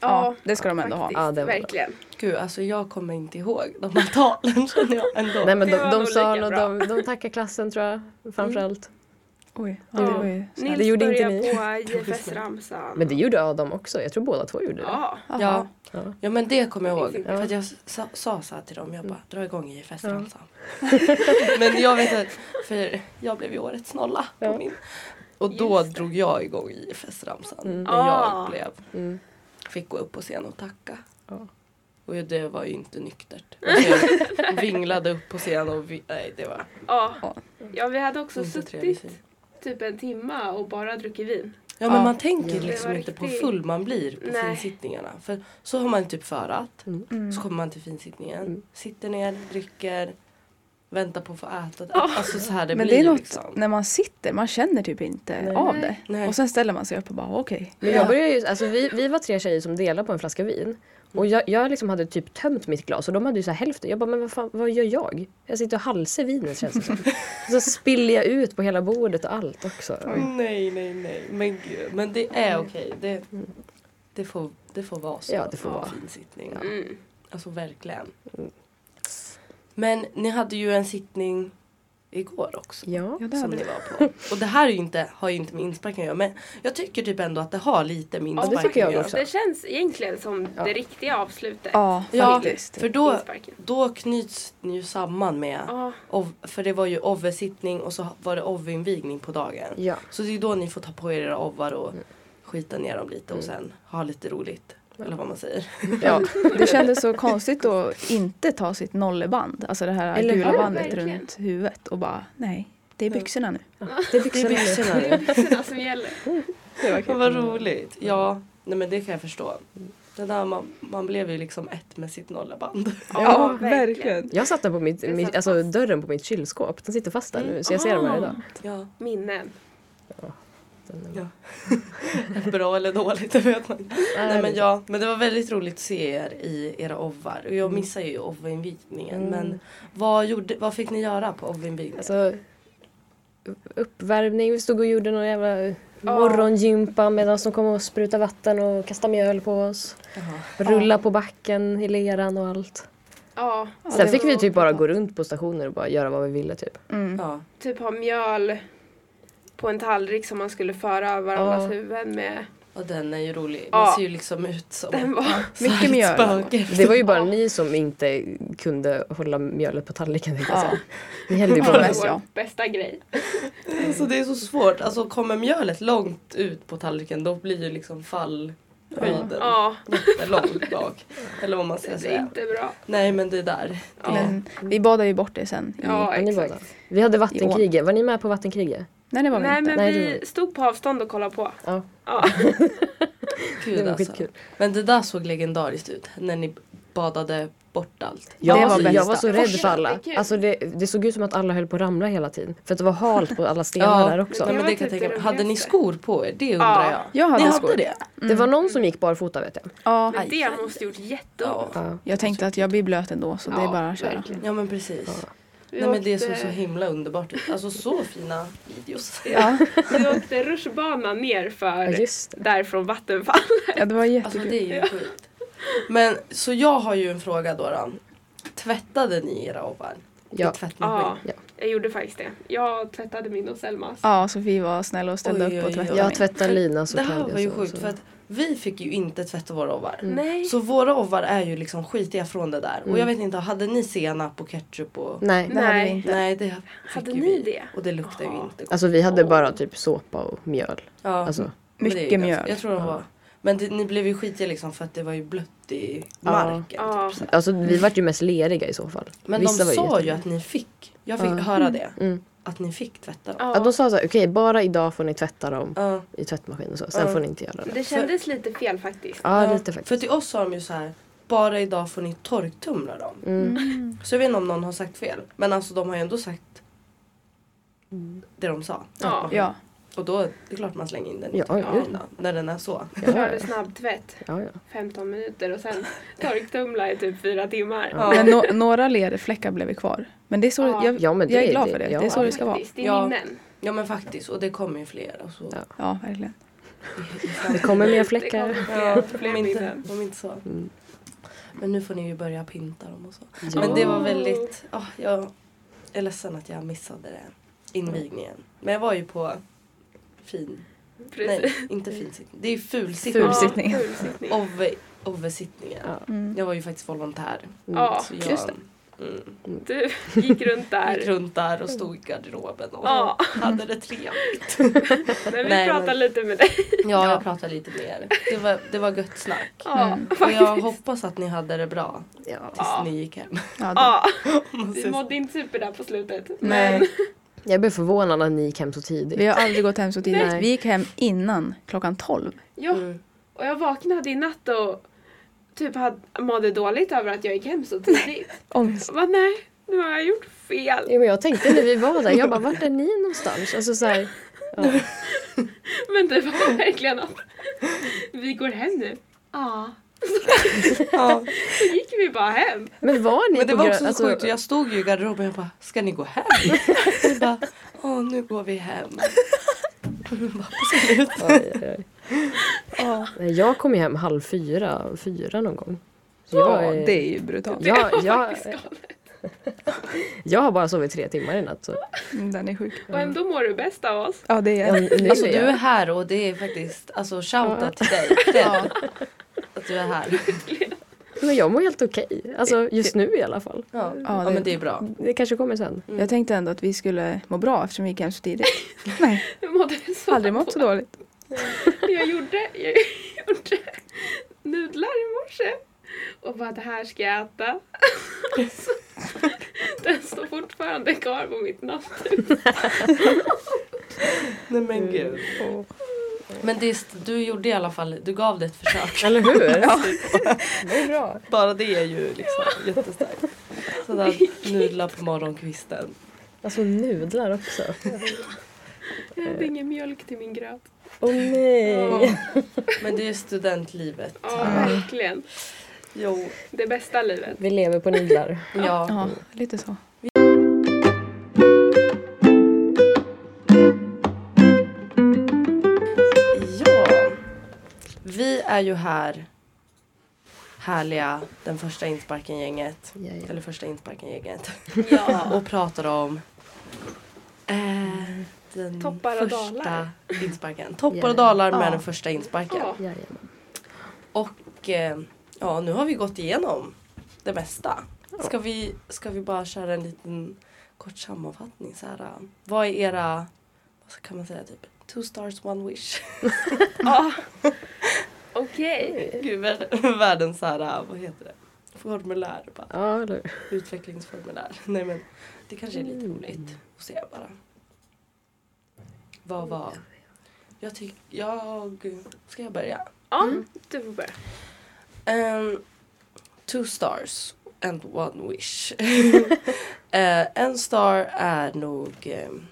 [SPEAKER 4] Ja,
[SPEAKER 13] det ska de ändå ha.
[SPEAKER 3] Ja, det var bra.
[SPEAKER 2] Gud, alltså jag kommer inte ihåg de här [LAUGHS] talen känner jag ändå.
[SPEAKER 3] Nej men de, de sa nog, Mm. de, de tackar klassen tror jag framförallt.
[SPEAKER 13] Oj,
[SPEAKER 3] ja, det var ju
[SPEAKER 4] Nils
[SPEAKER 3] Det gjorde inte
[SPEAKER 4] började
[SPEAKER 3] ni.
[SPEAKER 4] på JFS-ramsan.
[SPEAKER 3] Men det gjorde Adam också, jag tror båda två gjorde det.
[SPEAKER 4] Ja.
[SPEAKER 2] Ja. ja, men det kommer jag ihåg. För att jag sa, sa så här till dem, jag bara dra igång i festramsan. [LAUGHS] men jag vet att, för jag blev ju årets nolla på min. Och då drog jag igång i festramsan.
[SPEAKER 3] Mm.
[SPEAKER 2] När
[SPEAKER 4] Ah.
[SPEAKER 2] jag blev, fick gå upp på scen och tacka. Och det var ju inte nyktert. Alltså, Jag vinglade upp på scen och vi, nej det var
[SPEAKER 4] Ja. ja, vi hade också
[SPEAKER 2] inte
[SPEAKER 4] suttit
[SPEAKER 2] trevligt.
[SPEAKER 4] typ en timme och bara druckit vin.
[SPEAKER 2] Ja men man tänker
[SPEAKER 4] Det
[SPEAKER 2] liksom
[SPEAKER 4] var
[SPEAKER 2] inte på hur
[SPEAKER 4] riktigt-
[SPEAKER 2] full man blir på
[SPEAKER 4] Nej. Mm.
[SPEAKER 2] finsittningarna. För så har man typ förat. Så kommer man till finsittningen. Sitter ner, dricker, väntar på att få äta. Alltså så här det
[SPEAKER 13] Men
[SPEAKER 2] blir
[SPEAKER 13] det är något
[SPEAKER 2] liksom.
[SPEAKER 13] när man sitter, man känner typ inte
[SPEAKER 3] Nej.
[SPEAKER 13] av det.
[SPEAKER 2] Nej.
[SPEAKER 13] Och sen ställer man sig upp och bara okej.
[SPEAKER 3] Men jag började ju, alltså vi, vi var tre tjejer som delade på en flaska vin. Och jag, jag liksom hade typ tömt mitt glas och de hade ju så här hälften. Jag bara, men vad, fan, vad gör jag? Jag sitter och halsar vinet känns det [LAUGHS] som. så spiller jag ut på hela bordet och allt också.
[SPEAKER 2] Nej nej nej. Men, gud. men det är
[SPEAKER 4] Mm.
[SPEAKER 2] okej. Det, det, får, det får vara så.
[SPEAKER 3] Ja, det får
[SPEAKER 2] på
[SPEAKER 3] vara.
[SPEAKER 2] Finsittning.
[SPEAKER 4] Mm.
[SPEAKER 2] Alltså verkligen. Men ni hade ju en sittning igår också.
[SPEAKER 3] Ja,
[SPEAKER 13] det
[SPEAKER 2] som
[SPEAKER 13] hade
[SPEAKER 2] ni
[SPEAKER 13] vi.
[SPEAKER 2] var på. Och det här är ju inte, har ju inte med insparken att göra men jag tycker typ ändå att det har lite med
[SPEAKER 4] Ja,
[SPEAKER 2] insparken att göra.
[SPEAKER 4] Det känns egentligen som det riktiga avslutet.
[SPEAKER 13] Ja,
[SPEAKER 2] Ja,
[SPEAKER 13] faktiskt.
[SPEAKER 2] för då,
[SPEAKER 4] Insparken.
[SPEAKER 2] då knyts ni ju samman med
[SPEAKER 4] Ja.
[SPEAKER 2] ov, För det var ju ovve-sittning och så var det ovve-invigning på dagen.
[SPEAKER 3] Ja.
[SPEAKER 2] Så det är ju då ni får ta på er era ovvar och skita ner dem lite och sen ha lite roligt. Eller vad man säger.
[SPEAKER 13] Ja. Det kändes så konstigt att inte ta sitt nolleband, alltså det här
[SPEAKER 2] Eller
[SPEAKER 13] gula
[SPEAKER 2] hur?
[SPEAKER 13] bandet
[SPEAKER 4] Verkligen.
[SPEAKER 13] runt huvudet och bara nej, det är byxorna nu.
[SPEAKER 3] Det är byxorna.
[SPEAKER 2] [LAUGHS]
[SPEAKER 4] Det är byxorna som gäller.
[SPEAKER 2] Det var Vad roligt. Ja, nej men det kan jag förstå. Det där man, man blev ju liksom ett med sitt nollaband.
[SPEAKER 13] Ja, verkligen.
[SPEAKER 3] Jag satt den på mitt, mitt, alltså dörren på mitt kylskåp. Den sitter fast där nu så jag ser den varje dag.
[SPEAKER 2] [LAUGHS] Ja,
[SPEAKER 4] Minnen.
[SPEAKER 2] ja. Bra eller dåligt, det vet man inte. Nej, men, ja, men det var väldigt roligt att se er i era ovvar. Och jag missar ju ovvinvigningen.
[SPEAKER 3] Mm.
[SPEAKER 2] Men vad, gjorde, vad fick ni göra på ovvinvigningen?
[SPEAKER 3] Alltså, uppvärmning, vi stod och gjorde någon jävla morgongympa medan de kom och sprutade vatten och kastade mjöl på oss. Rulla på backen i leran och allt.
[SPEAKER 4] Ja. Alltså,
[SPEAKER 3] Sen
[SPEAKER 4] det
[SPEAKER 3] fick
[SPEAKER 4] var-
[SPEAKER 3] vi typ bara gå runt på stationer och bara göra vad vi ville typ.
[SPEAKER 2] Ja.
[SPEAKER 4] Typ ha mjöl på en tallrik som man skulle föra över varandras
[SPEAKER 3] Ja.
[SPEAKER 4] huvuden med.
[SPEAKER 2] Och den är ju rolig. Den
[SPEAKER 4] Ja.
[SPEAKER 2] ser ju liksom ut som
[SPEAKER 4] Den var
[SPEAKER 2] så här ett spöke.
[SPEAKER 3] Det var ju bara ni som inte kunde hålla mjölet på tallriken. tänkte jag
[SPEAKER 13] Ja.
[SPEAKER 3] säga. [LAUGHS] Ni hällde ju på
[SPEAKER 4] vår
[SPEAKER 3] mest.
[SPEAKER 4] bästa grej.
[SPEAKER 2] Alltså det är så svårt. Alltså kommer mjölet långt ut på tallriken då blir ju liksom fallhöjden
[SPEAKER 4] Ja, [LAUGHS]
[SPEAKER 2] långt bak. Eller vad man ska
[SPEAKER 4] det är
[SPEAKER 2] säga.
[SPEAKER 4] inte bra.
[SPEAKER 2] Nej men Alltså, det där.
[SPEAKER 13] Men vi badade ju bort det sen. I,
[SPEAKER 4] Ja,
[SPEAKER 3] ni var
[SPEAKER 4] exakt.
[SPEAKER 3] där. Vi hade vattenkriget. Var ni med på vattenkriget?
[SPEAKER 13] Nej, det var vi
[SPEAKER 4] Nej
[SPEAKER 13] inte.
[SPEAKER 4] men
[SPEAKER 3] Nej,
[SPEAKER 4] vi stod på avstånd och kollade på.
[SPEAKER 3] Ja.
[SPEAKER 4] Ja.
[SPEAKER 3] Det
[SPEAKER 2] Gud
[SPEAKER 3] var
[SPEAKER 2] alltså.
[SPEAKER 3] skitkul.
[SPEAKER 2] Men det där såg legendariskt ut. När ni badade bort allt. Alltså,
[SPEAKER 3] Jag,
[SPEAKER 13] Det
[SPEAKER 3] var,
[SPEAKER 13] var
[SPEAKER 3] så-
[SPEAKER 13] bästa.
[SPEAKER 3] jag var så rädd för alla.
[SPEAKER 4] jättekul.
[SPEAKER 3] Alltså det, det såg ut som att alla höll på att ramla hela tiden. För att det var halt på alla stenar där också.
[SPEAKER 2] Nej, men
[SPEAKER 4] var
[SPEAKER 2] det kan jag
[SPEAKER 4] typ
[SPEAKER 2] tänka mig.
[SPEAKER 4] det
[SPEAKER 2] Hade ni
[SPEAKER 4] roligaste.
[SPEAKER 2] skor på er? Det undrar
[SPEAKER 4] Ja,
[SPEAKER 2] jag.
[SPEAKER 13] Jag hade
[SPEAKER 2] ni
[SPEAKER 13] skor.
[SPEAKER 2] hade det?
[SPEAKER 3] Det var någon som gick barfota vet jag.
[SPEAKER 13] Ja,
[SPEAKER 4] Men det måste gjort jätteont.
[SPEAKER 3] Ja.
[SPEAKER 13] jag tänkte att jag blir blöt ändå så det är bara att köra.
[SPEAKER 4] verkligen.
[SPEAKER 2] Ja men precis.
[SPEAKER 4] Vi
[SPEAKER 2] Nej men det såg
[SPEAKER 4] åkte-
[SPEAKER 2] så himla underbart ut. Alltså
[SPEAKER 4] [LAUGHS]
[SPEAKER 2] så fina videos.
[SPEAKER 13] Ja,
[SPEAKER 4] Vi åkte rutschbana ner
[SPEAKER 3] Ja,
[SPEAKER 4] för
[SPEAKER 3] just det.
[SPEAKER 4] där från vattenfall.
[SPEAKER 13] ja det var
[SPEAKER 2] Alltså
[SPEAKER 13] jättekul.
[SPEAKER 2] det är ju sjukt. Men så jag har ju en fråga då. då. Tvättade ni era ovar?
[SPEAKER 3] Ja.
[SPEAKER 2] I tvättmaskin?
[SPEAKER 4] Ja,
[SPEAKER 3] Ja.
[SPEAKER 4] jag gjorde faktiskt det. Jag tvättade min och Selmas.
[SPEAKER 13] Ja, Sofie var snäll och ställde
[SPEAKER 2] Oj,
[SPEAKER 13] upp
[SPEAKER 2] oj,
[SPEAKER 13] och
[SPEAKER 2] oj.
[SPEAKER 13] tvättade
[SPEAKER 3] Jag
[SPEAKER 13] mig.
[SPEAKER 3] tvättade Linas och
[SPEAKER 2] Det här var ju
[SPEAKER 3] Claudias och
[SPEAKER 2] sjukt för
[SPEAKER 3] så. Mm.
[SPEAKER 2] att vi fick ju inte tvätta våra ovar.
[SPEAKER 4] Nej.
[SPEAKER 2] Mm. Så våra ovar är ju liksom skitiga från det där. Och jag vet inte, hade ni senap och ketchup och...
[SPEAKER 3] Mm. Nej.
[SPEAKER 13] Det hade vi
[SPEAKER 4] Nej.
[SPEAKER 13] inte.
[SPEAKER 2] Nej det fick
[SPEAKER 4] Hade
[SPEAKER 2] ju
[SPEAKER 4] ni
[SPEAKER 2] vi.
[SPEAKER 4] det?
[SPEAKER 2] Och det luktar ju inte gott.
[SPEAKER 3] Alltså vi hade bara typ såpa och mjöl.
[SPEAKER 2] Ja.
[SPEAKER 3] Alltså,
[SPEAKER 2] Men det är ju
[SPEAKER 13] mycket
[SPEAKER 2] ganska-
[SPEAKER 13] mjöl.
[SPEAKER 2] Jag tror det var. Men det, ni blev ju skitiga liksom för att det var ju blött i
[SPEAKER 3] Ja.
[SPEAKER 2] marken.
[SPEAKER 4] Ja.
[SPEAKER 2] Typ så här.
[SPEAKER 3] alltså vi vart ju mest leriga i så fall.
[SPEAKER 2] Men
[SPEAKER 3] Vissa var
[SPEAKER 2] de sa ju
[SPEAKER 3] jätteroliga.
[SPEAKER 2] att ni fick. Jag fick
[SPEAKER 3] Ja.
[SPEAKER 2] höra det.
[SPEAKER 3] Mm.
[SPEAKER 2] Att ni fick tvätta dem.
[SPEAKER 4] Ja.
[SPEAKER 3] Ja, de sa såhär, okej bara idag får ni tvätta dem
[SPEAKER 2] Ja.
[SPEAKER 3] i tvättmaskin och så. Sen
[SPEAKER 2] Ja.
[SPEAKER 3] får ni inte göra det.
[SPEAKER 4] Det kändes lite fel faktiskt.
[SPEAKER 3] Ja,
[SPEAKER 2] Ja,
[SPEAKER 3] lite
[SPEAKER 2] För
[SPEAKER 3] faktiskt.
[SPEAKER 2] till oss sa de ju så här. Bara idag får ni torktumla dem.
[SPEAKER 3] Mm.
[SPEAKER 2] [LAUGHS] Så jag vet inte om någon har sagt fel. Men alltså de har ju ändå sagt det de sa.
[SPEAKER 13] Ja,
[SPEAKER 2] Och då är det klart man slänger in den i
[SPEAKER 3] Ja, ja,
[SPEAKER 2] tvättmaskinen
[SPEAKER 3] ja.
[SPEAKER 2] då, När den är så.
[SPEAKER 4] Kör du snabbtvätt?
[SPEAKER 3] Ja, ja.
[SPEAKER 4] 15 minuter och sen torktumla i typ fyra timmar.
[SPEAKER 13] Men no några lerfläckar blev ju kvar. Men det är så, jag, jag är glad för det. Det är så det ska vara.
[SPEAKER 4] Faktiskt, det är minnen.
[SPEAKER 2] Ja men faktiskt. Och det kommer ju fler. Och så.
[SPEAKER 13] Ja, verkligen.
[SPEAKER 3] Det kommer mer fläckar.
[SPEAKER 2] Ja, om inte, om inte så. Men nu får ni ju börja pynta dem och så. Men det var väldigt... ah, jag är ledsen att jag missade det. Invigningen. Men jag var ju på fin... Nej, inte finsittning. Det är ju fulsittning.
[SPEAKER 13] Fulsittning. Ja,
[SPEAKER 4] fulsittning.
[SPEAKER 2] Ove, ovesittningen.
[SPEAKER 13] Mm.
[SPEAKER 2] Jag var ju faktiskt volontär.
[SPEAKER 4] Ja,
[SPEAKER 2] Så jag-
[SPEAKER 4] just det.
[SPEAKER 2] Mm.
[SPEAKER 4] Du gick runt där.
[SPEAKER 2] Gick runt där och stod i garderoben och
[SPEAKER 4] Ja.
[SPEAKER 2] hade det trevligt.
[SPEAKER 4] Men vi
[SPEAKER 2] Nej,
[SPEAKER 4] pratar
[SPEAKER 2] men-
[SPEAKER 4] lite med dig.
[SPEAKER 2] Ja, jag pratar lite mer. Det var, det var gött snack.
[SPEAKER 4] Ja,
[SPEAKER 2] Och jag hoppas att ni hade det bra tills
[SPEAKER 4] Ja.
[SPEAKER 2] ni gick hem.
[SPEAKER 13] Ja,
[SPEAKER 4] Ja,
[SPEAKER 2] [LAUGHS] måste
[SPEAKER 4] vi
[SPEAKER 2] jag
[SPEAKER 4] mådde inte super där på slutet.
[SPEAKER 13] Nej.
[SPEAKER 3] Jag blev förvånad att ni gick hem så tidigt.
[SPEAKER 13] Vi har aldrig gått hem så tidigt.
[SPEAKER 3] Nej.
[SPEAKER 13] Vi gick hem innan klockan 12.
[SPEAKER 4] Ja,
[SPEAKER 13] Mm.
[SPEAKER 4] och jag vaknade i natt och typ hade, mådde dåligt över att jag gick hem så tidigt.
[SPEAKER 13] Ångest.
[SPEAKER 4] Jag bara, nej, nu har jag gjort fel.
[SPEAKER 3] Jo, men jag tänkte när vi var där, jag bara vart är ni någonstans? Alltså så här,
[SPEAKER 4] Men det var verkligen att vi går hem nu. Ja. [LAUGHS]
[SPEAKER 2] Ja.
[SPEAKER 4] Så gick vi bara hem.
[SPEAKER 3] Men var ni
[SPEAKER 2] Men det
[SPEAKER 3] på
[SPEAKER 2] var
[SPEAKER 3] grön-
[SPEAKER 2] också så
[SPEAKER 3] alltså-
[SPEAKER 2] sjukt. Jag stod ju i garderoben och bara, ska ni gå
[SPEAKER 3] [LAUGHS]
[SPEAKER 2] hem? Jag bara, åh nu går vi hem.
[SPEAKER 3] Oj, oj, [LAUGHS] oj. Nej, Jag kom ju hem halv fyra, fyra någon gång. Så
[SPEAKER 13] Ja,
[SPEAKER 3] jag
[SPEAKER 13] det är ju [LAUGHS] brutalt.
[SPEAKER 3] Jag,
[SPEAKER 13] Det var
[SPEAKER 3] jag,
[SPEAKER 13] faktiskt
[SPEAKER 3] jag har bara sovit tre timmar i natt. Så.
[SPEAKER 13] Mm, Den är sjuk.
[SPEAKER 4] Och ändå mår du bäst av oss.
[SPEAKER 13] Ja, det är
[SPEAKER 3] Ja,
[SPEAKER 2] Alltså du är här och det är faktiskt, alltså shoutout till dig. Cred Att du är här.
[SPEAKER 3] Men jag mår helt okej. Alltså just nu i alla fall.
[SPEAKER 2] Ja,
[SPEAKER 13] Ja,
[SPEAKER 2] ja men det är bra.
[SPEAKER 3] Det kanske kommer sen.
[SPEAKER 13] Jag tänkte ändå att vi skulle må bra eftersom vi gick hem så [LAUGHS] tidigt. Nej,
[SPEAKER 4] Jag mådde så
[SPEAKER 13] aldrig mått så dåligt.
[SPEAKER 4] Jag gjorde, jag [LAUGHS] gjorde nudlar i morse och bara det här ska jag äta. [LAUGHS] Alltså, den står fortfarande kvar på mitt natthus.
[SPEAKER 2] Nej men gud.
[SPEAKER 3] Mm.
[SPEAKER 2] Men det, är st- du gjorde i alla fall, du gav det ett försök.
[SPEAKER 3] Eller hur?
[SPEAKER 2] [LAUGHS] Ja.
[SPEAKER 3] Det är bra.
[SPEAKER 2] Bara det är ju liksom jättestarkt. Sådär nudlar på morgonkvisten.
[SPEAKER 3] Alltså nudlar också.
[SPEAKER 4] Jag hade ingen mjölk till min gröt.
[SPEAKER 3] Åh nej.
[SPEAKER 2] Men det är studentlivet.
[SPEAKER 4] Ja, verkligen.
[SPEAKER 2] Jo.
[SPEAKER 4] Det
[SPEAKER 3] [LAUGHS]
[SPEAKER 4] bästa livet.
[SPEAKER 3] Vi lever på nudlar.
[SPEAKER 2] Ja.
[SPEAKER 13] Ja, lite så.
[SPEAKER 2] ja. Vi är ju här. Härliga, den första insparken-gänget.
[SPEAKER 3] Jaja.
[SPEAKER 2] Eller första insparken-gänget.
[SPEAKER 4] Ja.
[SPEAKER 2] Och pratar om eh, den
[SPEAKER 4] Toppar och
[SPEAKER 2] första
[SPEAKER 4] dalar. [LAUGHS]
[SPEAKER 2] insparken. Toppar
[SPEAKER 3] Jaja.
[SPEAKER 2] och dalar med
[SPEAKER 3] Ja.
[SPEAKER 2] den första insparken.
[SPEAKER 4] Ja.
[SPEAKER 3] Jajamän.
[SPEAKER 2] Och eh, ja, nu har vi gått igenom det mesta. Ska vi, ska vi bara köra en liten kort sammanfattning? Så här, eh, vad är era, vad kan man säga, typ two stars one wish?
[SPEAKER 4] [LAUGHS] Ja. Okej.
[SPEAKER 2] Gud, vär- världens så här, eh, vad heter det? Formulär bara.
[SPEAKER 3] Ja, eller hur?
[SPEAKER 2] Utvecklingsformulär. [LAUGHS] Nej men det kanske är
[SPEAKER 4] Mm.
[SPEAKER 2] lite roligt att se bara. Vad var? Jag tycker, jag, ska jag börja?
[SPEAKER 4] Ja, du får börja.
[SPEAKER 2] Ehm, two stars and one wish. [LAUGHS] Eh, en star är nog ehm,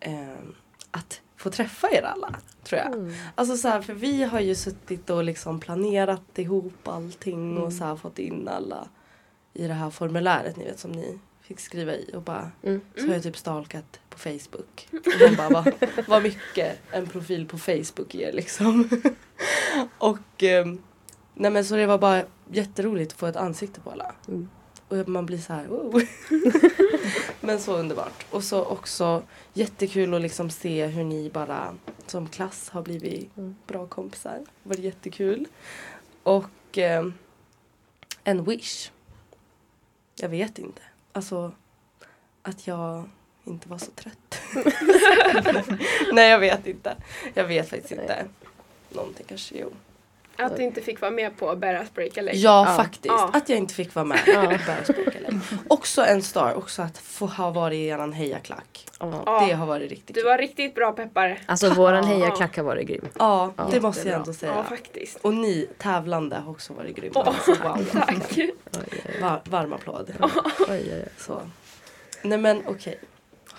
[SPEAKER 2] ehm, att få träffa er alla, tror jag.
[SPEAKER 3] Mm.
[SPEAKER 2] Alltså så här, för vi har ju suttit och liksom planerat ihop allting och
[SPEAKER 3] Mm.
[SPEAKER 2] så här fått in alla i det här formuläret ni vet som ni fick skriva i och bara
[SPEAKER 3] Mm.
[SPEAKER 2] så har jag typ stalkat på Facebook. Och man bara vad, vad mycket en profil på Facebook ger liksom. [LAUGHS] och ehm, nej men så det var bara jätteroligt att få ett ansikte på alla.
[SPEAKER 3] Mm.
[SPEAKER 2] Och man blir så här
[SPEAKER 3] [LAUGHS]
[SPEAKER 2] wow. Men så underbart. Och så också jättekul att liksom se hur ni bara som klass har blivit
[SPEAKER 3] Mm.
[SPEAKER 2] bra kompisar. Det var jättekul. Och eh, en wish. Jag vet inte. Alltså att jag inte var så trött. Nej jag vet inte. Jag vet faktiskt inte. Någonting kanske, jo.
[SPEAKER 4] Att du inte fick vara med på Berras break eller?
[SPEAKER 2] Ja, faktiskt.
[SPEAKER 4] Ja.
[SPEAKER 2] Att jag inte fick vara med.
[SPEAKER 3] Ja.
[SPEAKER 2] på Bergsbokele. också en star, också att få ha varit i eran hejaklack.
[SPEAKER 4] Ja.
[SPEAKER 2] Det har varit riktigt
[SPEAKER 4] Du var riktigt bra peppare.
[SPEAKER 3] Alltså våran hejaklack har varit grym.
[SPEAKER 2] Ja,
[SPEAKER 3] Ja.
[SPEAKER 2] det måste jag ändå
[SPEAKER 4] Ja,
[SPEAKER 2] säga.
[SPEAKER 4] faktiskt.
[SPEAKER 2] Och ni tävlande har också varit grymma.
[SPEAKER 4] Åh,
[SPEAKER 2] Alltså, wow.
[SPEAKER 4] Tack.
[SPEAKER 2] Var, varm applåd.
[SPEAKER 3] Oj, oj, oj.
[SPEAKER 2] Så. Nej men okej.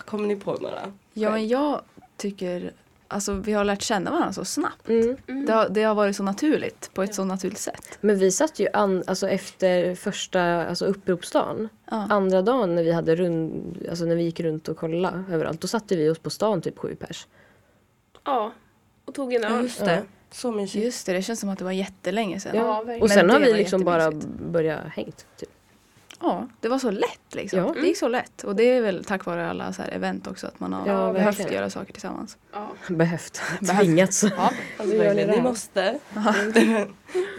[SPEAKER 2] Kommer ni på några?
[SPEAKER 13] Ja, men jag tycker, alltså vi har lärt känna varandra så snabbt.
[SPEAKER 3] Mm.
[SPEAKER 13] Det, har, det har varit så naturligt, på ett så naturligt sätt.
[SPEAKER 3] Men vi satt ju an, alltså efter första alltså uppropsdagen, andra dagen när vi, hade rund, alltså när vi gick runt och kollade överallt, då satte vi oss på stan typ sju pers.
[SPEAKER 4] Ja, och tog en öl.
[SPEAKER 13] Ja, just det. Ja.
[SPEAKER 2] Så mysigt.
[SPEAKER 13] Just det, det känns som att det var jättelänge sedan.
[SPEAKER 4] Ja, verkligen.
[SPEAKER 3] och
[SPEAKER 13] Men
[SPEAKER 3] sen har
[SPEAKER 13] det
[SPEAKER 3] vi
[SPEAKER 13] var
[SPEAKER 3] liksom bara
[SPEAKER 13] jättemysigt.
[SPEAKER 3] börjat hängt. Typ. [LAUGHS]
[SPEAKER 13] Ja, det var så lätt liksom.
[SPEAKER 3] Ja.
[SPEAKER 13] Det gick så lätt. Och det är väl tack vare alla så här event också, att man har
[SPEAKER 3] Ja,
[SPEAKER 13] behövt
[SPEAKER 3] verkligen.
[SPEAKER 13] göra saker tillsammans.
[SPEAKER 3] Behövt, tvingats.
[SPEAKER 13] Ja,
[SPEAKER 2] Alltså,
[SPEAKER 3] Gör ni
[SPEAKER 2] verkligen,
[SPEAKER 3] det
[SPEAKER 2] ni
[SPEAKER 3] här?
[SPEAKER 2] måste. [LAUGHS]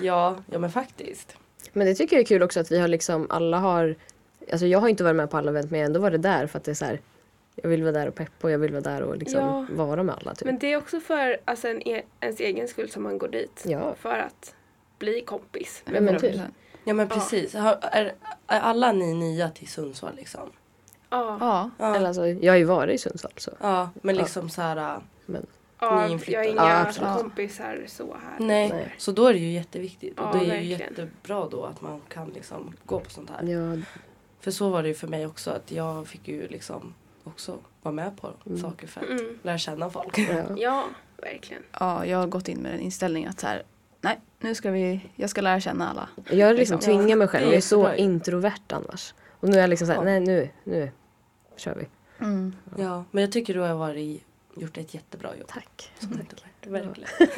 [SPEAKER 2] ja, ja men faktiskt.
[SPEAKER 3] Men det tycker jag är kul också att vi har liksom, alla har, alltså jag har inte varit med på alla event men jag har ändå varit där för att det är så här, jag vill vara där och peppa och jag vill vara där och liksom
[SPEAKER 4] Ja.
[SPEAKER 3] vara med alla typ.
[SPEAKER 4] Men det är också för alltså, en e- ens egen skull som man går dit.
[SPEAKER 3] Ja.
[SPEAKER 4] För att bli kompis.
[SPEAKER 3] Ja, men typ.
[SPEAKER 2] Ja men precis. Har, är, är alla ni nya till Sundsvall liksom?
[SPEAKER 4] Ja.
[SPEAKER 13] Ja.
[SPEAKER 2] Ja,
[SPEAKER 3] Eller alltså, jag har ju varit i Sundsvall så.
[SPEAKER 2] ja men
[SPEAKER 3] Ja.
[SPEAKER 2] liksom så här. äh,
[SPEAKER 3] Men,
[SPEAKER 4] Ja, jag har
[SPEAKER 2] Nyinflyttade.
[SPEAKER 4] inga
[SPEAKER 2] Ja, absolut.
[SPEAKER 4] kompisar så här.
[SPEAKER 2] Nej. så då är det ju jätteviktigt.
[SPEAKER 4] Ja,
[SPEAKER 2] och det är ju
[SPEAKER 4] verkligen.
[SPEAKER 2] jättebra då att man kan liksom gå på sånt här.
[SPEAKER 3] ja,
[SPEAKER 2] För så var det ju för mig också att jag fick ju liksom också vara med på
[SPEAKER 13] Mm.
[SPEAKER 2] saker för att
[SPEAKER 4] Mm.
[SPEAKER 2] lära känna folk.
[SPEAKER 4] Ja, verkligen.
[SPEAKER 13] Ja, jag har gått in med den inställningen att så här, nej, nu ska vi, jag ska lära känna alla.
[SPEAKER 3] jag liksom tvingar mig själv,
[SPEAKER 13] Det är
[SPEAKER 3] jag är så
[SPEAKER 13] jättebra.
[SPEAKER 3] introvert annars. Och nu är jag liksom såhär,
[SPEAKER 2] Ja.
[SPEAKER 3] nej nu, nu kör vi. Mm.
[SPEAKER 2] Ja, men jag tycker du har varit, gjort ett jättebra jobb.
[SPEAKER 3] Tack.
[SPEAKER 2] Verkligen. [LAUGHS]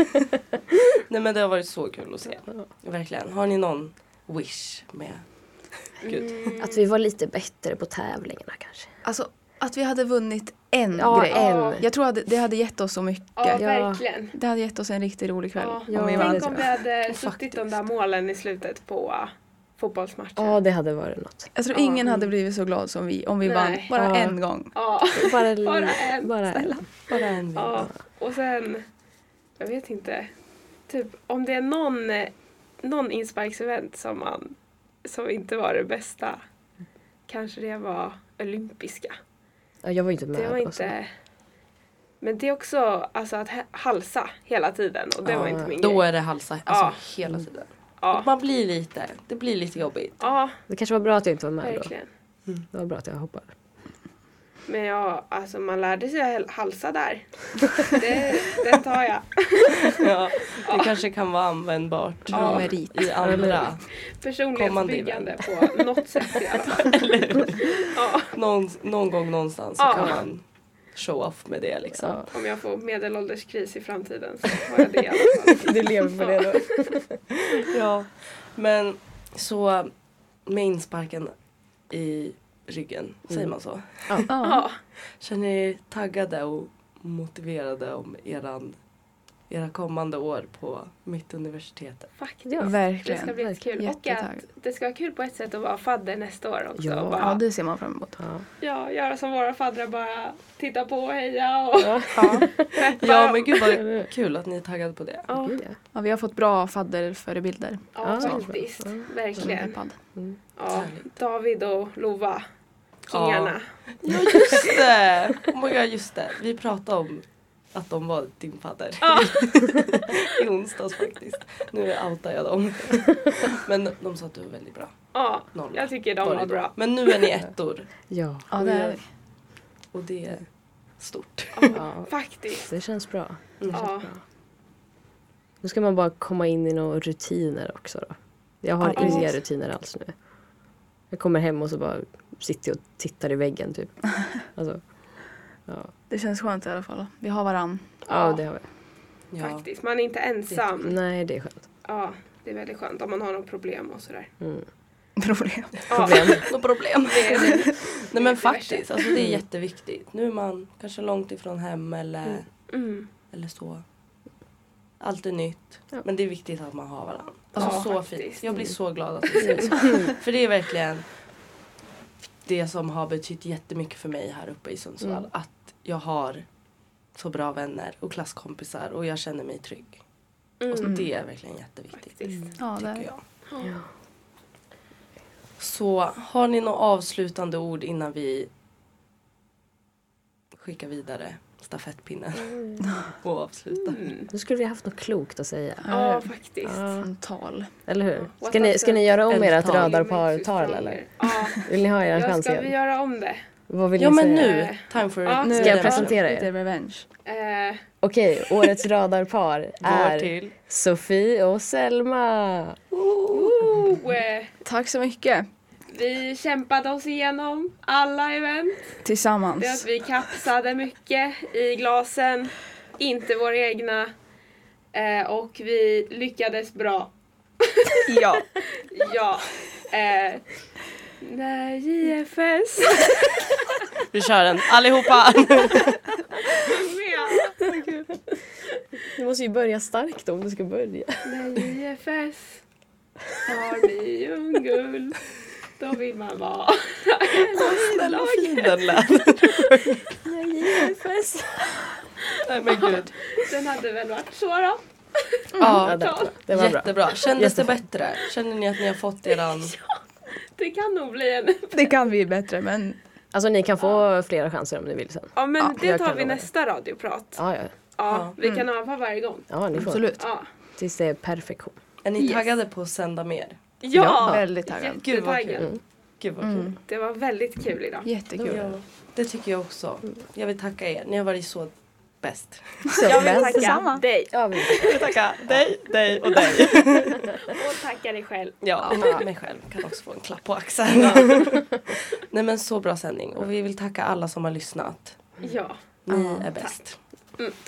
[SPEAKER 2] Nej men det har varit så kul att se. Verkligen. Har ni någon wish med?
[SPEAKER 4] Mm.
[SPEAKER 2] Gud.
[SPEAKER 3] Att vi var lite bättre på tävlingarna kanske.
[SPEAKER 13] Alltså, att vi hade vunnit en
[SPEAKER 3] Ja,
[SPEAKER 13] grej.
[SPEAKER 3] en.
[SPEAKER 13] Jag tror att det hade gett oss så mycket.
[SPEAKER 4] Ja, verkligen.
[SPEAKER 13] Det hade gett oss en riktigt rolig kväll.
[SPEAKER 4] Ja.
[SPEAKER 13] om vi vann.
[SPEAKER 4] Tänk om vi hade suttit de där målen i slutet på uh, fotbollsmatchen.
[SPEAKER 3] Ja det hade varit något.
[SPEAKER 13] Jag tror ingen hade blivit så glad som vi om vi
[SPEAKER 4] Nej.
[SPEAKER 13] vann bara
[SPEAKER 3] Ja.
[SPEAKER 13] en gång.
[SPEAKER 4] Ja.
[SPEAKER 3] [LAUGHS] Bara,
[SPEAKER 4] Bara en.
[SPEAKER 3] bara en.
[SPEAKER 2] Bara en
[SPEAKER 4] Ja, och sen, jag vet inte. Typ om det är någon, eh, någon insparksevent som man, som inte var det bästa. Kanske det var olympiska.
[SPEAKER 3] Ja, jag var ju inte med.
[SPEAKER 4] det var
[SPEAKER 3] på så.
[SPEAKER 4] inte... Men det är också alltså att he- halsa hela tiden och det var inte min
[SPEAKER 2] Då
[SPEAKER 4] grej.
[SPEAKER 2] är det halsa alltså,
[SPEAKER 4] Ja. Mm.
[SPEAKER 2] hela tiden.
[SPEAKER 4] Ja.
[SPEAKER 2] Man blir lite, det blir lite jobbigt.
[SPEAKER 4] Ja,
[SPEAKER 3] Det kanske var bra att jag inte var med
[SPEAKER 4] verkligen.
[SPEAKER 3] då. Det var bra att jag hoppade.
[SPEAKER 4] Men ja, alltså man lärde sig hel- halsa där. det, den tar jag.
[SPEAKER 2] Ja, det kanske kan vara användbart
[SPEAKER 4] Ja.
[SPEAKER 2] i andra.
[SPEAKER 4] Personlighetsbyggande på något sätt i alla fall.
[SPEAKER 2] Någon, någon gång någonstans så
[SPEAKER 4] Ja.
[SPEAKER 2] kan man show off med det liksom.
[SPEAKER 4] Om jag får medelålderskris i framtiden så har jag det i alla fall.
[SPEAKER 3] Du lever på det då.
[SPEAKER 2] Ja, men så med insparken i ryggen, säger
[SPEAKER 3] Mm.
[SPEAKER 2] man så?
[SPEAKER 3] Ja.
[SPEAKER 4] Ja.
[SPEAKER 2] Känner ni er taggade och motiverade om eran, era kommande år på Mittuniversitetet?
[SPEAKER 3] [LAUGHS]
[SPEAKER 4] Faktiskt.
[SPEAKER 3] Ja,
[SPEAKER 4] Det ska
[SPEAKER 13] verkligen.
[SPEAKER 4] bli jättekul. Och att
[SPEAKER 13] Jättetaggad.
[SPEAKER 4] det ska vara kul på ett sätt att vara fadder nästa år också.
[SPEAKER 3] Ja.
[SPEAKER 4] Och Bara,
[SPEAKER 13] Ja, det ser man fram emot.
[SPEAKER 3] Ja.
[SPEAKER 4] ja, göra som våra faddrar bara titta på och heja och ja. peppa.
[SPEAKER 2] Ja men gud vad kul att ni är taggade på det.
[SPEAKER 4] Ja,
[SPEAKER 3] Gud, ja.
[SPEAKER 13] Ja, vi har fått bra fadderförebilder.
[SPEAKER 4] ja,
[SPEAKER 3] Ja.
[SPEAKER 4] faktiskt.
[SPEAKER 13] Så de är
[SPEAKER 4] Verkligen.
[SPEAKER 13] peppade.
[SPEAKER 4] Ja, David och Lova.
[SPEAKER 2] Ja.
[SPEAKER 4] Kingarna.
[SPEAKER 2] Ja just det! Oh my God, just det. Vi pratade om att de var din fadder. [LAUGHS] I onsdags faktiskt. Nu outar jag
[SPEAKER 4] [LAUGHS]
[SPEAKER 2] dem. Men de sa att du var väldigt bra.
[SPEAKER 4] Ja,
[SPEAKER 2] Noll.
[SPEAKER 4] jag tycker de
[SPEAKER 2] Var det
[SPEAKER 4] var
[SPEAKER 2] då.
[SPEAKER 4] bra.
[SPEAKER 2] Men nu är ni ettor.
[SPEAKER 3] Ja.
[SPEAKER 13] Ja, det är vi.
[SPEAKER 2] Och det är stort.
[SPEAKER 3] ja.
[SPEAKER 4] Faktiskt.
[SPEAKER 3] Det känns bra. Det känns
[SPEAKER 4] Ja.
[SPEAKER 3] bra. Nu ska man bara komma in i några rutiner också då. Jag har
[SPEAKER 13] Ja,
[SPEAKER 3] inga
[SPEAKER 13] precis.
[SPEAKER 3] rutiner alls nu. Jag kommer hem och så bara sitter och tittar i väggen typ. Alltså, ja.
[SPEAKER 13] Det känns skönt i alla fall. Vi har varann.
[SPEAKER 3] ja, det har vi.
[SPEAKER 2] Ja.
[SPEAKER 4] Faktiskt. Man är inte ensam.
[SPEAKER 3] Nej, det är skönt.
[SPEAKER 4] Ja, det är väldigt skönt om man har något problem och sådär.
[SPEAKER 3] Mm.
[SPEAKER 13] Problem.
[SPEAKER 2] [LAUGHS]
[SPEAKER 4] Ja,
[SPEAKER 2] Problem. Något problem.
[SPEAKER 4] [LAUGHS] det är- Mm.
[SPEAKER 2] Nej men faktiskt, alltså det är jätteviktigt. Nu är man kanske långt ifrån hem eller,
[SPEAKER 4] mm.
[SPEAKER 2] eller så. Allt är nytt. Men det är viktigt att man har varandra. Alltså
[SPEAKER 4] Ja,
[SPEAKER 2] så
[SPEAKER 4] faktiskt. Mm.
[SPEAKER 2] fint. Jag blir så glad att du säger så. [LAUGHS] För det är verkligen det som har betytt jättemycket för mig här uppe i Sundsvall.
[SPEAKER 3] Mm.
[SPEAKER 2] Att jag har så bra vänner och klasskompisar och jag känner mig trygg. Och
[SPEAKER 4] Mm.
[SPEAKER 2] det är verkligen jätteviktigt.
[SPEAKER 3] Mm.
[SPEAKER 4] Faktiskt.
[SPEAKER 13] Ja, det är
[SPEAKER 2] Tycker
[SPEAKER 13] vi.
[SPEAKER 2] jag. Så har ni några avslutande ord innan vi skickar vidare stafettpinnen [LAUGHS] och avslutar?
[SPEAKER 3] Nu skulle vi haft något klokt att säga.
[SPEAKER 4] Ja, faktiskt.
[SPEAKER 3] Ja,
[SPEAKER 13] Tal.
[SPEAKER 3] eller hur? Ska
[SPEAKER 4] What
[SPEAKER 3] ni,
[SPEAKER 4] else?
[SPEAKER 3] ska ni göra om ert
[SPEAKER 2] Eldtal.
[SPEAKER 3] radarpar-tal eller? [LAUGHS]
[SPEAKER 4] Ja,
[SPEAKER 3] Vill ni ha er
[SPEAKER 4] ja
[SPEAKER 3] chans
[SPEAKER 4] ska vi
[SPEAKER 3] igen?
[SPEAKER 4] göra om det?
[SPEAKER 3] Vad vill
[SPEAKER 2] Ja,
[SPEAKER 3] jag
[SPEAKER 2] men
[SPEAKER 3] säga?
[SPEAKER 2] nu, time for
[SPEAKER 4] Ja.
[SPEAKER 3] Nu ska jag presentera [LAUGHS]
[SPEAKER 4] Lite
[SPEAKER 3] er.
[SPEAKER 4] revenge. Eh,
[SPEAKER 3] Okej, årets radarpar
[SPEAKER 4] Går
[SPEAKER 3] är
[SPEAKER 4] till.
[SPEAKER 3] Sofie och Selma.
[SPEAKER 4] oh, eh,
[SPEAKER 13] Tack så mycket.
[SPEAKER 4] vi kämpade oss igenom alla event. Det att
[SPEAKER 13] Tillsammans.
[SPEAKER 4] vi kapsade mycket i glasen, inte våra egna. Eh, och vi lyckades
[SPEAKER 3] [LAUGHS]
[SPEAKER 4] bra.
[SPEAKER 13] Ja.
[SPEAKER 4] [LAUGHS] Ja. Eh, när
[SPEAKER 3] [LAUGHS]
[SPEAKER 4] JFS
[SPEAKER 2] Vi kör den allihopa!
[SPEAKER 4] med.
[SPEAKER 3] Du måste ju börja starkt om du ska börja.
[SPEAKER 4] När JFS tar mig en guld, då vill man vara.
[SPEAKER 2] Snälla vad fin den lät.
[SPEAKER 4] När JFS.
[SPEAKER 2] Nej men gud.
[SPEAKER 4] Den hade väl varit så då.
[SPEAKER 2] Ja,
[SPEAKER 4] det var-
[SPEAKER 3] [LAUGHS] det var bra.
[SPEAKER 2] jättebra. Kändes det
[SPEAKER 3] Jättebra.
[SPEAKER 2] bättre? Känner ni att ni har fått eran...
[SPEAKER 4] Det kan nog bli en...
[SPEAKER 13] Det kan bli bättre men
[SPEAKER 3] Alltså ni kan få flera chanser om ni vill sen.
[SPEAKER 4] Ja men det
[SPEAKER 3] jag
[SPEAKER 4] tar
[SPEAKER 3] kan
[SPEAKER 4] vi
[SPEAKER 3] lova det.
[SPEAKER 4] nästa radioprat.
[SPEAKER 3] Ja, ja.
[SPEAKER 4] Ja,
[SPEAKER 2] Ja.
[SPEAKER 4] vi kan
[SPEAKER 2] Mm.
[SPEAKER 4] öva varje gång.
[SPEAKER 3] ja ni får.
[SPEAKER 4] Ja.
[SPEAKER 3] Tills det är perfektion.
[SPEAKER 2] Är ni
[SPEAKER 4] Yes.
[SPEAKER 2] taggade på att sända mer?
[SPEAKER 4] Ja, Mm.
[SPEAKER 13] väldigt taggad.
[SPEAKER 2] Gud vad kul.
[SPEAKER 4] Jättetaggad.
[SPEAKER 2] Gud vad kul.
[SPEAKER 3] Mm.
[SPEAKER 4] Det var väldigt kul idag.
[SPEAKER 13] Jättekul.
[SPEAKER 2] Ja, det tycker jag också.
[SPEAKER 3] Mm.
[SPEAKER 2] Jag vill tacka er. Ni har varit så bäst.
[SPEAKER 4] Jag vill
[SPEAKER 3] bäst.
[SPEAKER 4] tacka
[SPEAKER 3] Detsamma.
[SPEAKER 4] dig.
[SPEAKER 3] Ja, vi-
[SPEAKER 2] Jag vill tacka dig, dig och dig.
[SPEAKER 4] Och tacka dig själv.
[SPEAKER 2] Ja, och mig själv kan också få en klapp på axeln. Nej men så bra sändning och vi vill tacka alla som har lyssnat.
[SPEAKER 4] Ja.
[SPEAKER 2] Ni är bäst.
[SPEAKER 4] Mm.